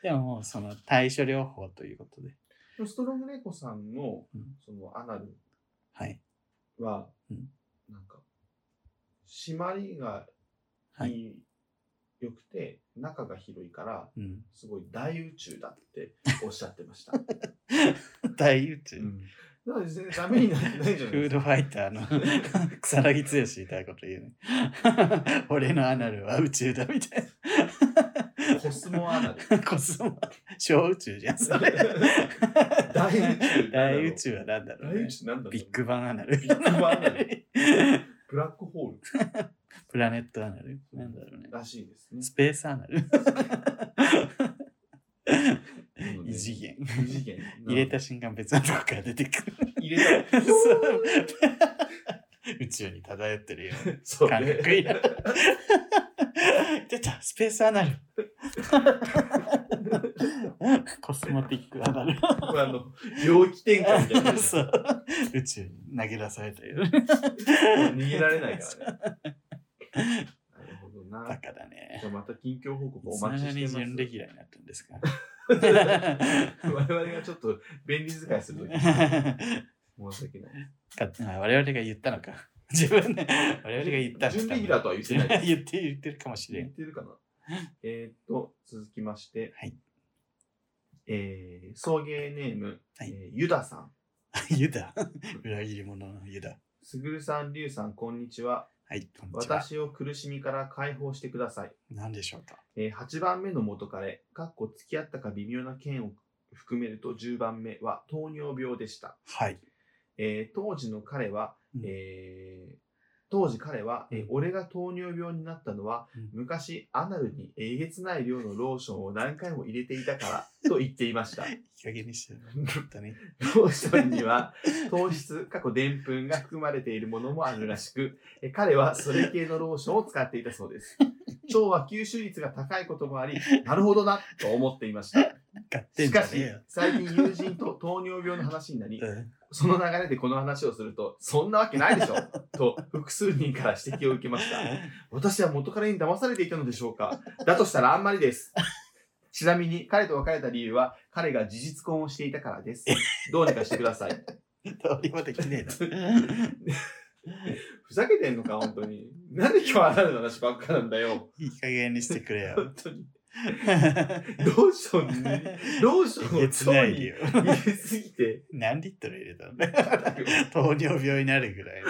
Speaker 2: でももうその対処療法ということで。
Speaker 1: た。ストロングレイコーさんの
Speaker 2: うん、
Speaker 1: そのアナル
Speaker 2: はい。
Speaker 1: は、
Speaker 2: うん
Speaker 1: なんか、締まりが
Speaker 2: はいい。
Speaker 1: い、良くて、中が広いから、
Speaker 2: うん、 (laughs)
Speaker 1: すごい大宇宙だっておっしゃってました。
Speaker 2: 大宇
Speaker 1: う
Speaker 2: 宙。
Speaker 1: ん、だから全然ダメになってない
Speaker 2: (laughs)
Speaker 1: じゃないで
Speaker 2: フー
Speaker 1: すか。
Speaker 2: ドファイターの草薙剛みたいなこと言うね。 (laughs) 俺のアナルは宇宙だみたい
Speaker 1: コスモア
Speaker 2: (laughs)
Speaker 1: ナル。
Speaker 2: な。コスモ、小宇宙じゃん、それ。
Speaker 1: (laughs) 大宇宙
Speaker 2: 大宇宙は何だろ
Speaker 1: 大
Speaker 2: う、ね
Speaker 1: 宇、宙なんだろう
Speaker 2: ビッグバンアナル。
Speaker 1: ビッグバンアナルブラックホール
Speaker 2: (laughs) プラネットアナル。なんだろうね。
Speaker 1: らしいですね。
Speaker 2: (laughs) スペースアナル。
Speaker 1: なので
Speaker 2: 異次元。
Speaker 1: 異次元。
Speaker 2: 入れた瞬間別のとこから出て
Speaker 1: (laughs)
Speaker 2: くる。
Speaker 1: 入れた。
Speaker 2: (laughs) そう宇宙に漂ってるよう
Speaker 1: そう
Speaker 2: 感
Speaker 1: ね
Speaker 2: 覚になる。出たスペースアナル (laughs) コスモティックアナル
Speaker 1: これあの、猟奇展開みたいな。
Speaker 2: そう宇宙に投げ出されたよう
Speaker 1: 逃げられないからね。なるほど
Speaker 2: バ
Speaker 1: な。
Speaker 2: カだね
Speaker 1: じゃあまた近況報告お
Speaker 2: そん
Speaker 1: 待ち
Speaker 2: な
Speaker 1: して
Speaker 2: に
Speaker 1: ます。
Speaker 2: 準レギュラーになったんですか
Speaker 1: (laughs) 我々がちょっと便利使いす
Speaker 2: (laughs)
Speaker 1: るとき申し訳ない。
Speaker 2: かあ我々が言ったのか自分で我々が言ったんだ
Speaker 1: 準レギュラーとは言ってないです
Speaker 2: (laughs) 言って言ってるかもしれ
Speaker 1: 言っ
Speaker 2: ん
Speaker 1: てるかな。えーっと、続きまして、
Speaker 2: はい
Speaker 1: えー送迎ネーム、
Speaker 2: はい
Speaker 1: えーユダさん。
Speaker 2: ユダ裏切り者のユダ
Speaker 1: すぐるさん、りゅうさん、こんにちは。
Speaker 2: はいこんにちは
Speaker 1: 私を苦しみから解放してください。
Speaker 2: 何でしょうか
Speaker 1: えー8番目の元彼、かっこ付き合ったか微妙な件を含めると10番目は糖尿病でした。
Speaker 2: はい
Speaker 1: えー当時の彼は、
Speaker 2: うん
Speaker 1: えー当時彼は、えー
Speaker 2: うん
Speaker 1: 俺が糖尿病になったのは、
Speaker 2: うん
Speaker 1: 昔アナルにえげつない量のローションを何回も入れていたからと言っていま
Speaker 2: (laughs)
Speaker 1: した。
Speaker 2: いい加減
Speaker 1: (laughs)
Speaker 2: にしてよ。本当に。
Speaker 1: ローションには糖質、過去でんぷんが含まれているものもあるらしく、え彼はそれ系のローションを使っていたそう
Speaker 2: (laughs)
Speaker 1: です。腸は吸収率が高いこともあり、なるほどなと思っていま
Speaker 2: (laughs)
Speaker 1: した。
Speaker 2: 勝手
Speaker 1: し
Speaker 2: にじゃ
Speaker 1: か
Speaker 2: ね
Speaker 1: し
Speaker 2: えよ。、
Speaker 1: 最近友人と糖尿病の話になり、
Speaker 2: うん
Speaker 1: その流れでこの話をすると、そんなわけないでしょと複数人から指摘を受けました。私は元彼に騙されていたのでしょうかだとしたらあんまりです。ちなみに彼と別れた理由は彼が事実婚をしていたからです。どうにかしてください。
Speaker 2: どうにもできねえ (laughs) な。
Speaker 1: ふざけてんのか、本当に。なんで今日あなたの話ばっかなんだよ。
Speaker 2: いい加減にしてくれよ。
Speaker 1: 本当に。ローションに、ローション
Speaker 2: え
Speaker 1: を
Speaker 2: げつな
Speaker 1: 腸
Speaker 2: い
Speaker 1: に
Speaker 2: よ。
Speaker 1: 入れすぎて、
Speaker 2: (laughs) 何リットル入れたんだよ (laughs) 糖尿病になるぐらい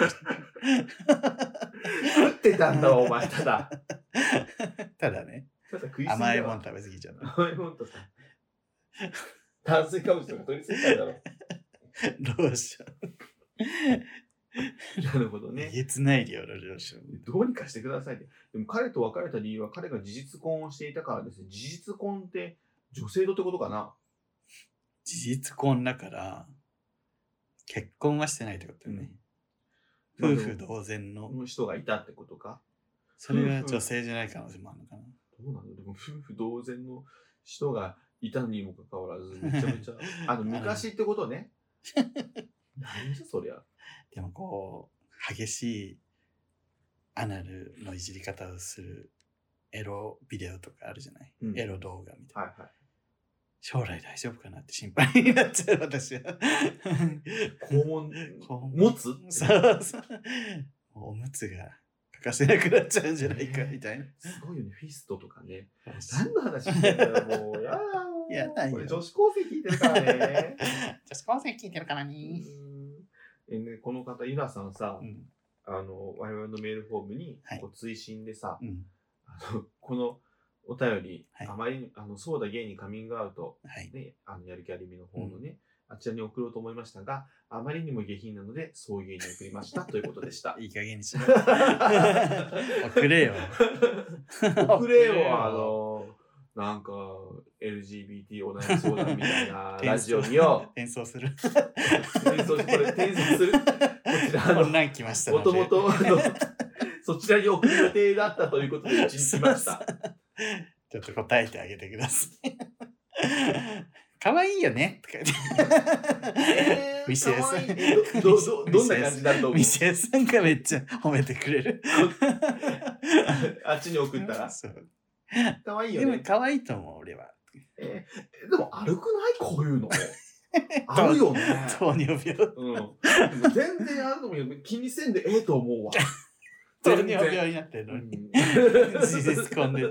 Speaker 1: 食ってたんだわ、お前、ただ。
Speaker 2: の。ただね、
Speaker 1: ただ食いすぎだわ
Speaker 2: 甘いもん食べ過ぎちゃった。
Speaker 1: 甘いもんとさ、炭水化物とか取りすぎたんだろ。
Speaker 2: ローショ
Speaker 1: (laughs) なるほど
Speaker 2: ン。え
Speaker 1: ね。
Speaker 2: げつない量のローション。
Speaker 1: どうにかしてくださいって。でも彼と別れた理由は彼が事実婚をしていたからですね。事実婚って女性とってことかな
Speaker 2: 事実婚だから、結婚はしてないってことよね。夫婦同然の、
Speaker 1: の人がいたってことか。
Speaker 2: それは女性じゃない可能性もあるのかな。
Speaker 1: どうなのでも夫婦同然の人がいたにもかかわらず、めちゃめち
Speaker 2: (laughs)
Speaker 1: ゃ、あの、昔ってことね。なんじゃそりゃ。
Speaker 2: でもこう、激しいアナルのいじり方をするエロビデオとかあるじゃない、
Speaker 1: うん
Speaker 2: エロ動画みたいな。
Speaker 1: はいはい。
Speaker 2: 将来大丈夫かなって心配になっちゃう、私は。
Speaker 1: 肛門、
Speaker 2: 肛門
Speaker 1: 持つ
Speaker 2: そうそう。もうおむつが欠かせなくなっちゃうんじゃないか、みたいな。
Speaker 1: すごいよね、フィストとかね。何の話してんだよ、もう。やだもう
Speaker 2: やだよ
Speaker 1: これ女子高生聞いてるから
Speaker 2: (laughs)
Speaker 1: ね。
Speaker 2: 女子高生聞いてるから
Speaker 1: う。んえね、この方、ゆらさんさ、
Speaker 2: うん。
Speaker 1: あの、我々のメールフォームに
Speaker 2: はい、
Speaker 1: こう、追伸でさ、
Speaker 2: うん。
Speaker 1: あのこのお便り、
Speaker 2: はい
Speaker 1: あまりに、あの、そうだ、芸にカミングアウト、
Speaker 2: はい。
Speaker 1: ね、あの、やる気ありみの方のね、あちらに送ろうと思いましたが、あまりにも下品なので、送迎に送りました、ということでした。
Speaker 2: いい加減にしろ。 (laughs) 送れよ。
Speaker 1: 送れよ、あ。の、なんか、LGBT お悩み相談みたい
Speaker 2: (laughs)
Speaker 1: なラジオによ。
Speaker 2: 転送する。
Speaker 1: 転送しこれ転送す
Speaker 2: (laughs)
Speaker 1: るこちらあの
Speaker 2: こんなん来ましたの
Speaker 1: も
Speaker 2: (laughs) で
Speaker 1: ともと、あの、そちらに送る予定だったということで、うちに来ました。
Speaker 2: ちょっと答えてあげてください。可愛いよ
Speaker 1: (laughs)
Speaker 2: ねとか言って。
Speaker 1: え
Speaker 2: ミシ
Speaker 1: ー
Speaker 2: ェル
Speaker 1: か
Speaker 2: さ
Speaker 1: わ
Speaker 2: ん
Speaker 1: いいねどどどどんな感じだと思う
Speaker 2: ミシェルさんがめっちゃ褒めてくれる。
Speaker 1: あっちに送ったら。
Speaker 2: そう
Speaker 1: かわいい
Speaker 2: で
Speaker 1: よ
Speaker 2: も
Speaker 1: ね。
Speaker 2: 可愛いと思う、俺は。
Speaker 1: えーでも、歩くないこういう
Speaker 2: (laughs)
Speaker 1: の。あるよね。
Speaker 2: 糖尿
Speaker 1: う
Speaker 2: 病。
Speaker 1: ん、でも全然あると思うけど、気にせんでええと思うわ。
Speaker 2: 糖
Speaker 1: 全
Speaker 2: 尿
Speaker 1: 然
Speaker 2: 病になってる (laughs) のに。事実婚で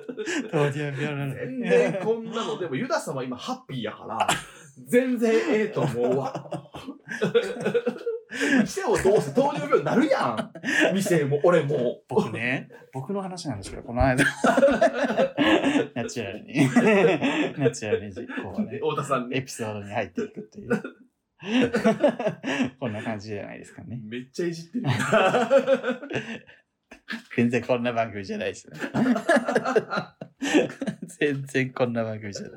Speaker 2: 糖尿病なの
Speaker 1: 全
Speaker 2: に。
Speaker 1: 然こんなのでもユダ様今ハッピーやから全然ええと思うわ。
Speaker 2: (laughs)
Speaker 1: うちでもどうせ糖尿病になるやん店も俺も。
Speaker 2: 僕ね、僕の話なんですけど、この
Speaker 1: (laughs)
Speaker 2: 間、ナチュラルに、ナチュラルに、こうね、
Speaker 1: 太田さん
Speaker 2: エ
Speaker 1: ね。
Speaker 2: ピソードに入っていくっていう。
Speaker 1: (laughs)
Speaker 2: こんな感じじゃないですかね。
Speaker 1: めっちゃいじって
Speaker 2: (laughs)
Speaker 1: る。
Speaker 2: 全然こんな番組じゃないです
Speaker 1: (laughs)
Speaker 2: ね。全然こんな番組じゃない。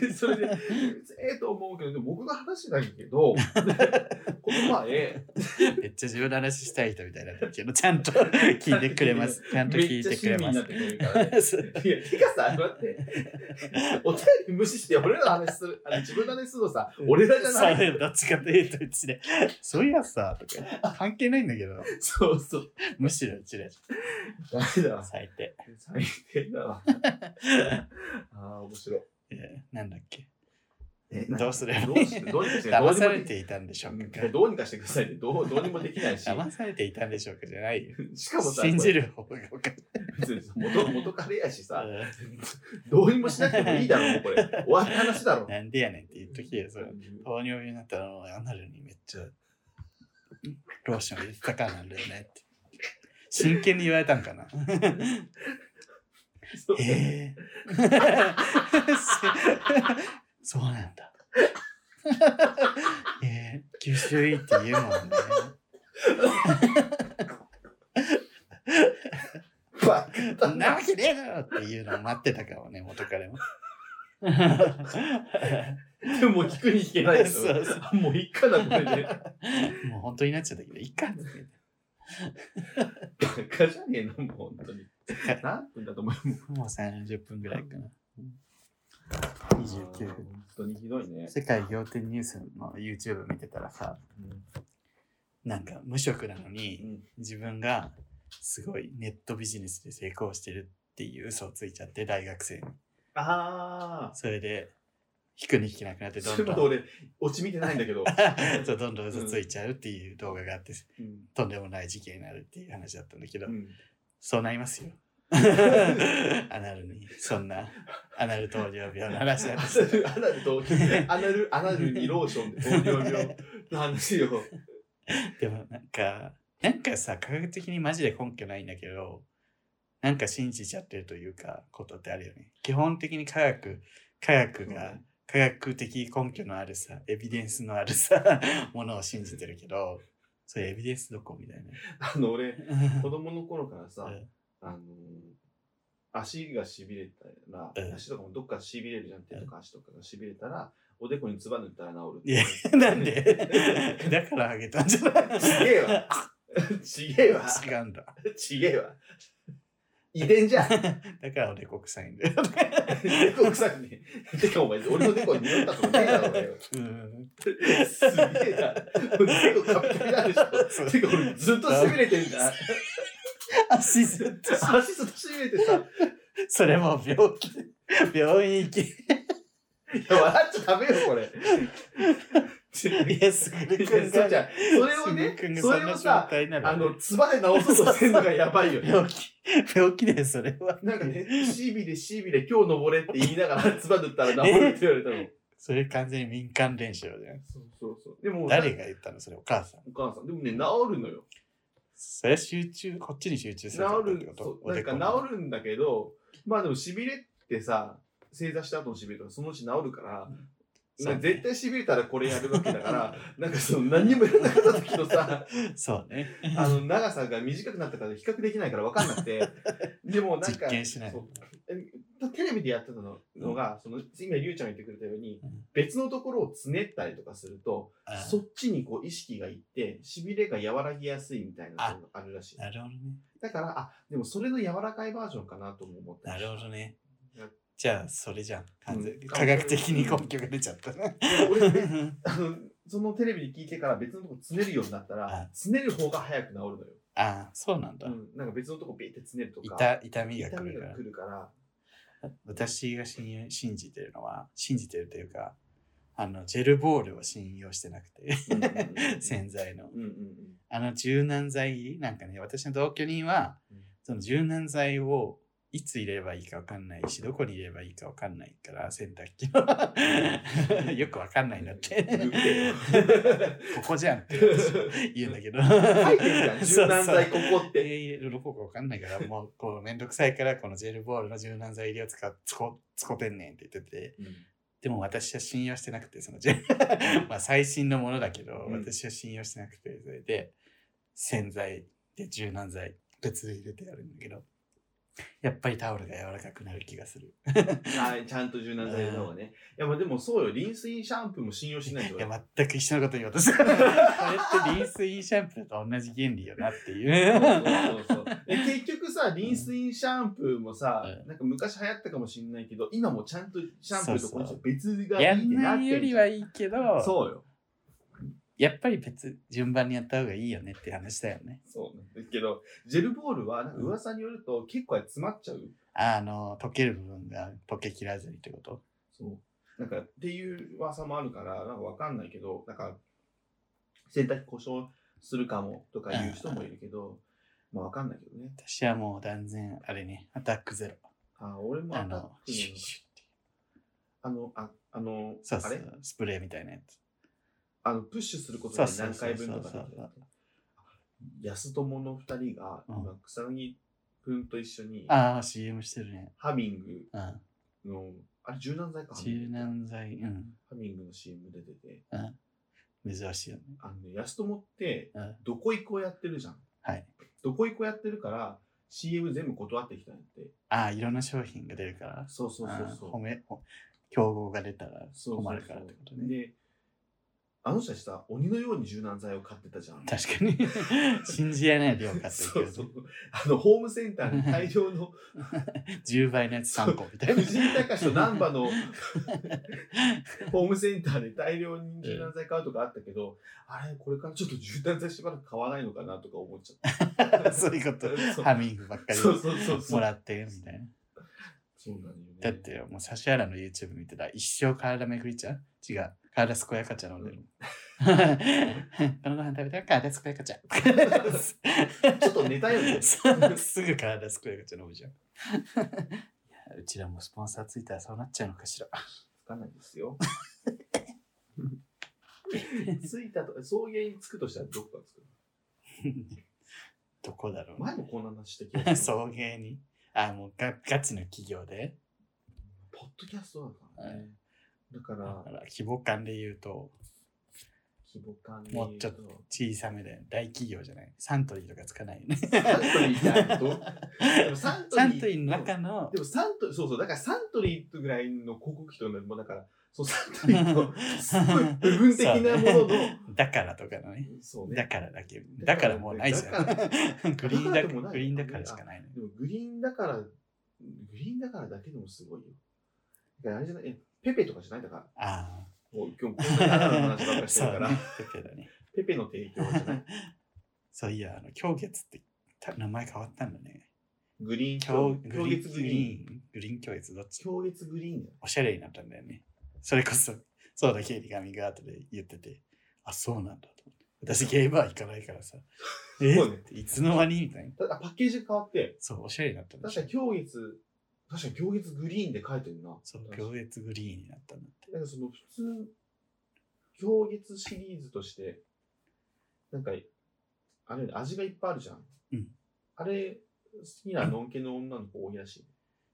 Speaker 1: でそれで、ええと思うけど、でも僕が話してないけど、この前、
Speaker 2: めっちゃ自分の話したい人みたいになってるけど、ち
Speaker 1: (laughs)
Speaker 2: ゃんと聞いてくれます。ちゃんと
Speaker 1: め
Speaker 2: 聞
Speaker 1: っ
Speaker 2: い
Speaker 1: ちゃ
Speaker 2: てく
Speaker 1: 親身
Speaker 2: れ
Speaker 1: にな
Speaker 2: ま
Speaker 1: って
Speaker 2: す
Speaker 1: くれるからね。。
Speaker 2: そう
Speaker 1: いや、てかさ、待って、お便り無視して俺らの話する、あの自分の話するのさ、俺らじゃない
Speaker 2: そうどっちかというとうちで、そういやさ、とか、関係ないんだけど、
Speaker 1: そうそう。
Speaker 2: むしろうちで
Speaker 1: ダメだわ。
Speaker 2: 最低。
Speaker 1: 最低だ
Speaker 2: (laughs)
Speaker 1: わ。ああ、面白い。
Speaker 2: えーなんだっけ。
Speaker 1: え
Speaker 2: どうすればいい
Speaker 1: どうして、どうにかして、どう
Speaker 2: 騙
Speaker 1: にも
Speaker 2: され
Speaker 1: でき
Speaker 2: ていたんでしょうか
Speaker 1: うんどうにかしてくださいね。どう、どうにもできないし。
Speaker 2: 騙されていたんでしょうかじゃないよ。
Speaker 1: しかもさ、
Speaker 2: 信じ
Speaker 1: る。
Speaker 2: る方がおかしい。 (laughs)
Speaker 1: 元、元カレやしさ、
Speaker 2: うん
Speaker 1: どうにもしなくてもいいだろ、もうこれ。終わった話だろ。
Speaker 2: なんでやねんって言っときよ、それ。糖尿病になったら、アナルにめっちゃ、ローション入れてたからなんだよねって。真剣に言われたんか (laughs) な。
Speaker 1: そう
Speaker 2: ええ (laughs) そうなんだ。 (laughs) ええ吸収いいって言うもんね。
Speaker 1: バカ
Speaker 2: そ
Speaker 1: だ
Speaker 2: んなわけねえだろっていうのを待ってたかもね、元彼 (laughs) も。
Speaker 1: でも聞くに聞けないです
Speaker 2: (laughs) そうそ
Speaker 1: もういっかな、これで。バ
Speaker 2: もう本当になっちゃったけど、いっかって言って
Speaker 1: カじゃねえの、もう本当に。何分だと思う。
Speaker 2: もう30分ぐらいかな。29分。
Speaker 1: 本当にひどいね。
Speaker 2: 世界仰天ニュースの YouTube 見てたらさ、なんか無職なのに、
Speaker 1: うん
Speaker 2: 自分がすごいネットビジネスで成功してるっていう嘘をついちゃって大学生に
Speaker 1: ああ。
Speaker 2: それで引くに引けなくなってど
Speaker 1: それ
Speaker 2: ん
Speaker 1: ま
Speaker 2: (laughs) ど
Speaker 1: で
Speaker 2: ん
Speaker 1: 俺、オチ見てないんだけど。
Speaker 2: (laughs) そうどんどん嘘ついちゃうっていう動画があって
Speaker 1: うん
Speaker 2: とんでもない事件になるっていう話だったんだけど、
Speaker 1: うん
Speaker 2: (laughs) そうなりますよアナルに、そんな、アナル糖尿病の話なんです。
Speaker 1: アナルと、アナル、アナルにローションで糖尿病の話
Speaker 2: (laughs)
Speaker 1: を。
Speaker 2: でもなんか、なんかさ、科学的にマジで根拠ないんだけど、なんか信じちゃってるというか、ことってあるよね。基本的に科学、科学が、科学的根拠のあるさ、エビデンスのあるさ、 (laughs) ものを信じてるけど、それエビデンスどこみたい
Speaker 1: あの、俺、
Speaker 2: な。 (laughs)
Speaker 1: 子供の頃からさ
Speaker 2: うん、
Speaker 1: あのー、足がしびれたら
Speaker 2: う、ん
Speaker 1: 足とかもどっかしびれるじゃん、手とか足とかがしびれたら、おでこにつば塗ったら治る。
Speaker 2: いや、な
Speaker 1: (laughs)
Speaker 2: んでだからあげたんじゃない
Speaker 1: ちげえわ。 (laughs) ちげえわ。 (laughs)
Speaker 2: 違うんだ。
Speaker 1: ちげえわ。 (laughs) 遺伝じゃん。
Speaker 2: だから俺国産んだよ。
Speaker 1: でこ臭いね。てかお前、俺のでこに匂ったことねえだろ、俺。
Speaker 2: うん。
Speaker 1: すげえな。俺、結構カピカピなんでしょ。てか、俺、ずっとしびれてんだ。
Speaker 2: 足ずっとし
Speaker 1: 足ずっとしびれてさ、い
Speaker 2: それも病気。病院行き。
Speaker 1: や、笑っちゃダメよ、これ。
Speaker 2: いや、すぐるくん
Speaker 1: そうじ
Speaker 2: が。
Speaker 1: ゃんそれをね
Speaker 2: すぐるくん、が
Speaker 1: それ
Speaker 2: ん
Speaker 1: を
Speaker 2: な
Speaker 1: さ
Speaker 2: 状、態なら
Speaker 1: あの、つばで治そうとしてんのがやばいよね。
Speaker 2: 病気、病気だよ、それは。
Speaker 1: なんかね、しびれしびれ、今日登れって言いながら、つば塗ったら治るって言われたの。
Speaker 2: それ完全に民間練習だよ。
Speaker 1: そうそうそう。でも、
Speaker 2: 誰が言ったのそれ、お母さん。
Speaker 1: お母さん。でもね、治るのよ。
Speaker 2: それは集中、こっちに集中
Speaker 1: 治
Speaker 2: するって
Speaker 1: る
Speaker 2: こ、と
Speaker 1: そう、なんか治るんだけど、まあでもしびれってさ、正座した後のしびれとかそのうち治るから、
Speaker 2: そう
Speaker 1: な
Speaker 2: ね
Speaker 1: んか絶対しびれたらこれやるわけだ
Speaker 2: (laughs)
Speaker 1: から、なんかその何にもやらなかった時のさ、
Speaker 2: そうね。
Speaker 1: あの長さが短くなったから比較できないから分かんなく
Speaker 2: (laughs)
Speaker 1: て、でもなんか、
Speaker 2: 実験しない
Speaker 1: そうえテレビでやってたののが、その今、りゅうちゃんが言ってくれたように、
Speaker 2: うん
Speaker 1: 別のところをつねったりとかすると、
Speaker 2: あ
Speaker 1: そっちにこう意識がいって、しびれが和らぎやすいみたいなのがあるらしい。
Speaker 2: なるほどね。
Speaker 1: だから、あ、でもそれの柔らかいバージョンかなとも思った。
Speaker 2: なるほどね
Speaker 1: うん。
Speaker 2: じゃあ、それじゃん。完全
Speaker 1: うん
Speaker 2: 科学的に根拠が出ちゃったね。
Speaker 1: 俺ね、あの、そのテレビで聞いてから別のとこつねるようになったら
Speaker 2: あ、
Speaker 1: つねる方が早く治るのよ。
Speaker 2: (laughs) ああ、そうなんだ
Speaker 1: う。ん、なんか別のとこビーってつねるとか。
Speaker 2: 痛痛みが
Speaker 1: 痛
Speaker 2: 来
Speaker 1: み
Speaker 2: る
Speaker 1: が
Speaker 2: から
Speaker 1: 来。るから。
Speaker 2: 私が信用信じてるのは、信じてるというか、あの、ジェルボールを信用してなくて、
Speaker 1: うんうんうん (laughs) うん
Speaker 2: 洗剤の。
Speaker 1: うんうん
Speaker 2: あの柔軟剤、なんかね、私の同居人は
Speaker 1: うん、
Speaker 2: その柔軟剤をいつ入れればいいかわかんないし、どこに入れればいいかわかんないから、洗濯機の。 (laughs) よくわかんないんだって。
Speaker 1: 言うてよ
Speaker 2: ここじゃんって私は言うんだけど。
Speaker 1: うん。書いてるじゃん、柔軟剤ここっ
Speaker 2: で
Speaker 1: て。
Speaker 2: 入れるどこかわかんないから、もう、こう、めんどくさいから、このジェルボールの柔軟剤入れを使う、つこ、つこてんねんって言ってて、でも私は信用してなくて、そのジェ (laughs) ル、まあ最新のものだけど、
Speaker 1: うん
Speaker 2: 私は信用してなくて、それで、洗剤で柔軟剤、別で入れてやるんだけど、やっぱりタオルが柔らかくなる気がする。
Speaker 1: はい、ちゃんと柔軟剤の方がね。いや、まあでもそうよ、リンスインシャンプーも信用しないと
Speaker 2: い。や、全く一緒のこと言おうと (laughs) した。これってリンスインシャンプーと同じ原理よなって
Speaker 1: そうそう
Speaker 2: いう。
Speaker 1: そうそうで結局さ、リンスインシャンプーもさ、
Speaker 2: うん
Speaker 1: なんか昔流行ったかもしれないけど、今もちゃんとシャンプーとこの
Speaker 2: そ
Speaker 1: 人
Speaker 2: う
Speaker 1: 別がいい
Speaker 2: (laughs) や
Speaker 1: って
Speaker 2: ん
Speaker 1: な
Speaker 2: な
Speaker 1: って
Speaker 2: い
Speaker 1: る
Speaker 2: よりはいいけど、
Speaker 1: そうよ。
Speaker 2: やっぱり別、順番にやった方がいいよねって話だよね。
Speaker 1: そうなんですけど、ジェルボールはなんか噂によると結構詰まっちゃう。
Speaker 2: あの、溶ける部分が溶けきらずにってこと。
Speaker 1: そう。なんかっていう噂もあるから、なんかわかんないけど、なんか洗濯機故障するかもとか言う人もいるけど、まあわかんないけどね。
Speaker 2: 私はもう断然、あれね、アタックゼロ。
Speaker 1: あ、俺も
Speaker 2: あ
Speaker 1: アタッ
Speaker 2: の、
Speaker 1: ク
Speaker 2: シ
Speaker 1: の
Speaker 2: ュッシュッって。
Speaker 1: あの、ああの、
Speaker 2: そう
Speaker 1: あ
Speaker 2: そ
Speaker 1: れ
Speaker 2: う、スプレーみたいなやつ。
Speaker 1: あの、プッシュすることで何回分とか
Speaker 2: そうそうそう
Speaker 1: で
Speaker 2: そう
Speaker 1: 安友の二人が、
Speaker 2: うん
Speaker 1: 今、草薙くんと一緒に、
Speaker 2: ああ、CM してるね。
Speaker 1: ハミング
Speaker 2: うん。
Speaker 1: の、あれ柔軟剤か。
Speaker 2: 柔軟剤、うん。
Speaker 1: ハミングの CM 出てて、
Speaker 2: 珍しいよね。
Speaker 1: あのね、安友って
Speaker 2: うん、
Speaker 1: どこ行こうやってるじゃん。
Speaker 2: はい。
Speaker 1: どこ行こうやってるから、CM 全部断ってきたんやって。
Speaker 2: ああ、いろんな商品が出るから。
Speaker 1: そうそうそうそう
Speaker 2: ああ。褒め、ほ競合が出たら
Speaker 1: そうそうそう
Speaker 2: 困るからってことね。
Speaker 1: で、あの人たちさ、鬼のように柔軟剤を買ってたじゃん。
Speaker 2: 確か
Speaker 1: (laughs)
Speaker 2: に。信じられない量買ってるけ
Speaker 1: そう
Speaker 2: ど、
Speaker 1: そう。あの、ホームセンターに大量の
Speaker 2: 10倍のやつ3個みたいな。
Speaker 1: 藤井隆と難波のホームセンターで大量に柔軟剤買うとかあったけど、あれ、これからちょっと柔軟剤しばらく買わないのかなとか思っちゃった。
Speaker 2: (laughs) (laughs) そういうこと
Speaker 1: そう
Speaker 2: ハミングばっかり
Speaker 1: そうそうそうそう
Speaker 2: もらってるみたいな。
Speaker 1: そうなんよね。
Speaker 2: だっ。てもう指原の YouTube 見てたら一生体めくりちゃう違う。体健やか茶飲ん (laughs) でる。晩ご飯食べたら体健やか
Speaker 1: (laughs)
Speaker 2: 茶。
Speaker 1: ちょっとネタよね
Speaker 2: (laughs) そうすぐ体健やか茶飲むじゃん。いやうちらもスポンサーついたらそうなっちゃうのかしら。 (laughs)
Speaker 1: つかないですよ。ついたと、送迎につくとしたらどこからつく
Speaker 2: どこだろう、
Speaker 1: 前もこんな話してきました。
Speaker 2: 送迎に。あ、もうガガチの企業で。
Speaker 1: ポッドキャストだからね。だか、
Speaker 2: だからら規模感で言うと
Speaker 1: 規模感で
Speaker 2: もうちょっと小さめで大企業じゃない。サントリーとかつかないよね。
Speaker 1: サントリーじゃないとでもサントリー
Speaker 2: サントリーの中の
Speaker 1: でもサントリー、そうそう、だからサントリーぐらいの広告費ともうだから、そうサントリーのすごい部分的な (laughs) もの
Speaker 2: そ
Speaker 1: の、
Speaker 2: うねだからとかのね。
Speaker 1: そう
Speaker 2: だ
Speaker 1: ね。
Speaker 2: からだけ。だ
Speaker 1: だ
Speaker 2: か
Speaker 1: からら
Speaker 2: もうないじゃん。
Speaker 1: だか
Speaker 2: (laughs) グリーンだ
Speaker 1: だからでもない
Speaker 2: グリーンだからしかないの。
Speaker 1: でもグリーンだから、グリーンだからだけでもすごいよ。だからあれじゃない、えペペとかじゃないだから、
Speaker 2: あ
Speaker 1: もう今日こんなダラダラ
Speaker 2: あ
Speaker 1: な話ばっか。りして
Speaker 2: (laughs) そう
Speaker 1: るから、
Speaker 2: ね。ペペだね。
Speaker 1: ペペの提供じゃない。
Speaker 2: そういや、あの、狂月ってた名前変わったんだね。
Speaker 1: グリーン
Speaker 2: 狂
Speaker 1: 狂、
Speaker 2: グ
Speaker 1: 狂
Speaker 2: リー
Speaker 1: 月
Speaker 2: ン、
Speaker 1: グ
Speaker 2: グ
Speaker 1: リーン。
Speaker 2: リーン、グリーン狂月どっち
Speaker 1: 狂月グリーンじゃない
Speaker 2: おしゃれになったんだよね。それこそ、そうだ、経理カミングアウトで言ってて、あ、そうなんだと思って。私、ゲーバー行かないからさ。え
Speaker 1: そうね
Speaker 2: っていつの間にみたいな。
Speaker 1: ただパッケージ変わって、
Speaker 2: そう、おしゃれになったんだ
Speaker 1: 確かに狂月、確かに狂月グリーンで書いてるな。
Speaker 2: そう、
Speaker 1: 確かに
Speaker 2: 狂月グリーンになったんだって。
Speaker 1: なんかその普通、氷月シリーズとして、なんか、あれ、味がいっぱいあるじゃん。
Speaker 2: うん
Speaker 1: あれ、好きなのんけの女の子多いらしい。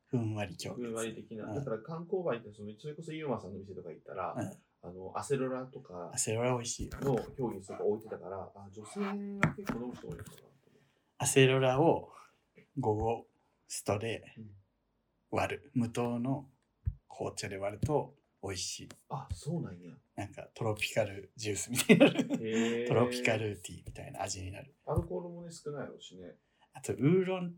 Speaker 2: ふんわり狂月。
Speaker 1: ふんわり的な。
Speaker 2: うん
Speaker 1: だから観光バイってその、それこそユーマさんの店とか行ったら、あの、アセロラとか
Speaker 2: アセロラ美味しいよ。
Speaker 1: の氷月とか置いてたから、あ、女性は結構飲む人多いのかなと思って。
Speaker 2: アセロラを午後ストで割る。無糖の紅茶で割ると美味しい。
Speaker 1: あ、そうなんや。
Speaker 2: なんかトロピカルジュースみたいになる。
Speaker 1: へー
Speaker 2: トロピカ。ルティーみたいな味になる。
Speaker 1: アルコールもね、少ないろうしね。
Speaker 2: あと、ウーロン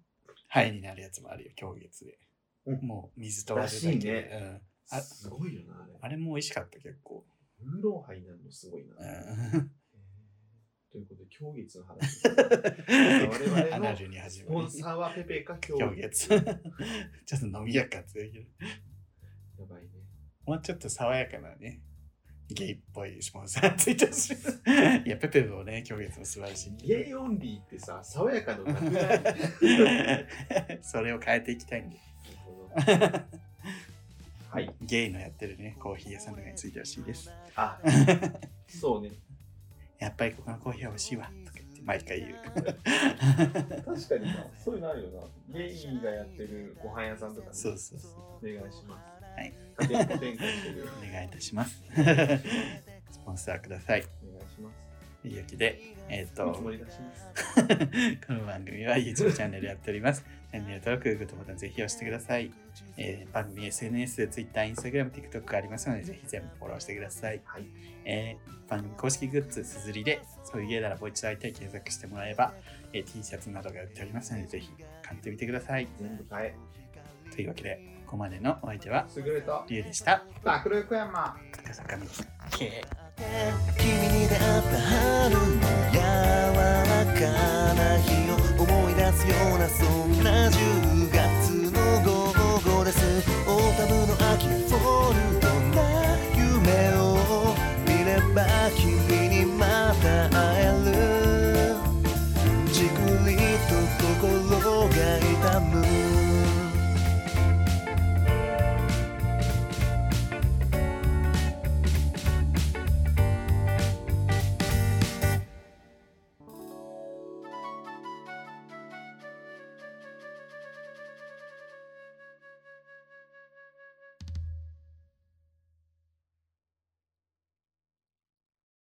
Speaker 2: ハイになるやつもあるよ、狂月で。
Speaker 1: うん
Speaker 2: もう水と割るだけ
Speaker 1: らしい
Speaker 2: で
Speaker 1: ね、
Speaker 2: うんあ
Speaker 1: すごいよな、あれ。
Speaker 2: あれも美味しかった、結構。
Speaker 1: ウーロンハイになるのすご (laughs) いな。
Speaker 2: う
Speaker 1: へ
Speaker 2: ん
Speaker 1: ーということで、狂月の
Speaker 2: (laughs)
Speaker 1: 話。々の
Speaker 2: アナルに始
Speaker 1: スポ
Speaker 2: ま
Speaker 1: ン
Speaker 2: る。
Speaker 1: サーはペペか狂
Speaker 2: 狂
Speaker 1: 月。
Speaker 2: (laughs) 月。ちょっと飲みやかったけど。
Speaker 1: やばいね。
Speaker 2: もうちょっと爽やかなね、ゲイっぽいスポンサーついてほしい。いや、ペペもね、狂月も素晴らしいけど。
Speaker 1: ゲイオンリーってさ、爽やかのなくないな
Speaker 2: (laughs)
Speaker 1: る
Speaker 2: それを変えていきたいんで。
Speaker 1: ほどはい。
Speaker 2: ゲイのやってるね、コーヒー屋さんとかについてほしいです。
Speaker 1: あ、そうね。
Speaker 2: やっぱりここのコーヒーは美味しいわ。とか言って毎回言う。
Speaker 1: 確かにな、そういうのあるよな。ゲイがやってるご飯屋さんとかね、
Speaker 2: (laughs) そうそうそう。
Speaker 1: お願いします。
Speaker 2: はい。
Speaker 1: 家庭展開してるよ。
Speaker 2: お願いいたします。 (laughs) スポンサーください。
Speaker 1: お願いします。
Speaker 2: というわけで、えっ、
Speaker 1: 見
Speaker 2: と
Speaker 1: 積、もり出します。
Speaker 2: (laughs) この番組は YouTube チャンネルやっております。チャンネル登録、グッドボタンぜひ押してください。えー番組 SNS、Twitter、Instagram、TikTok がありますので、ぜひ全部フォローしてください。
Speaker 1: はい。
Speaker 2: えー番組公式グッズ、すずりで、そういうゲーならもう一度会いたい検索してもらえば、えー T シャツなどが売っておりますので、ぜひ買ってみてください。
Speaker 1: 全部変え。
Speaker 2: というわけで、ここまでのお相手は、
Speaker 1: 優れた。
Speaker 2: りゅうでした。
Speaker 1: 桜横山。
Speaker 2: 坂道経営
Speaker 3: 君に出会った春の柔らかな日を思い出すようなそんな10月の午後ですオータムの秋フォルトな夢を見れば君にまた会えるじくりと心が痛む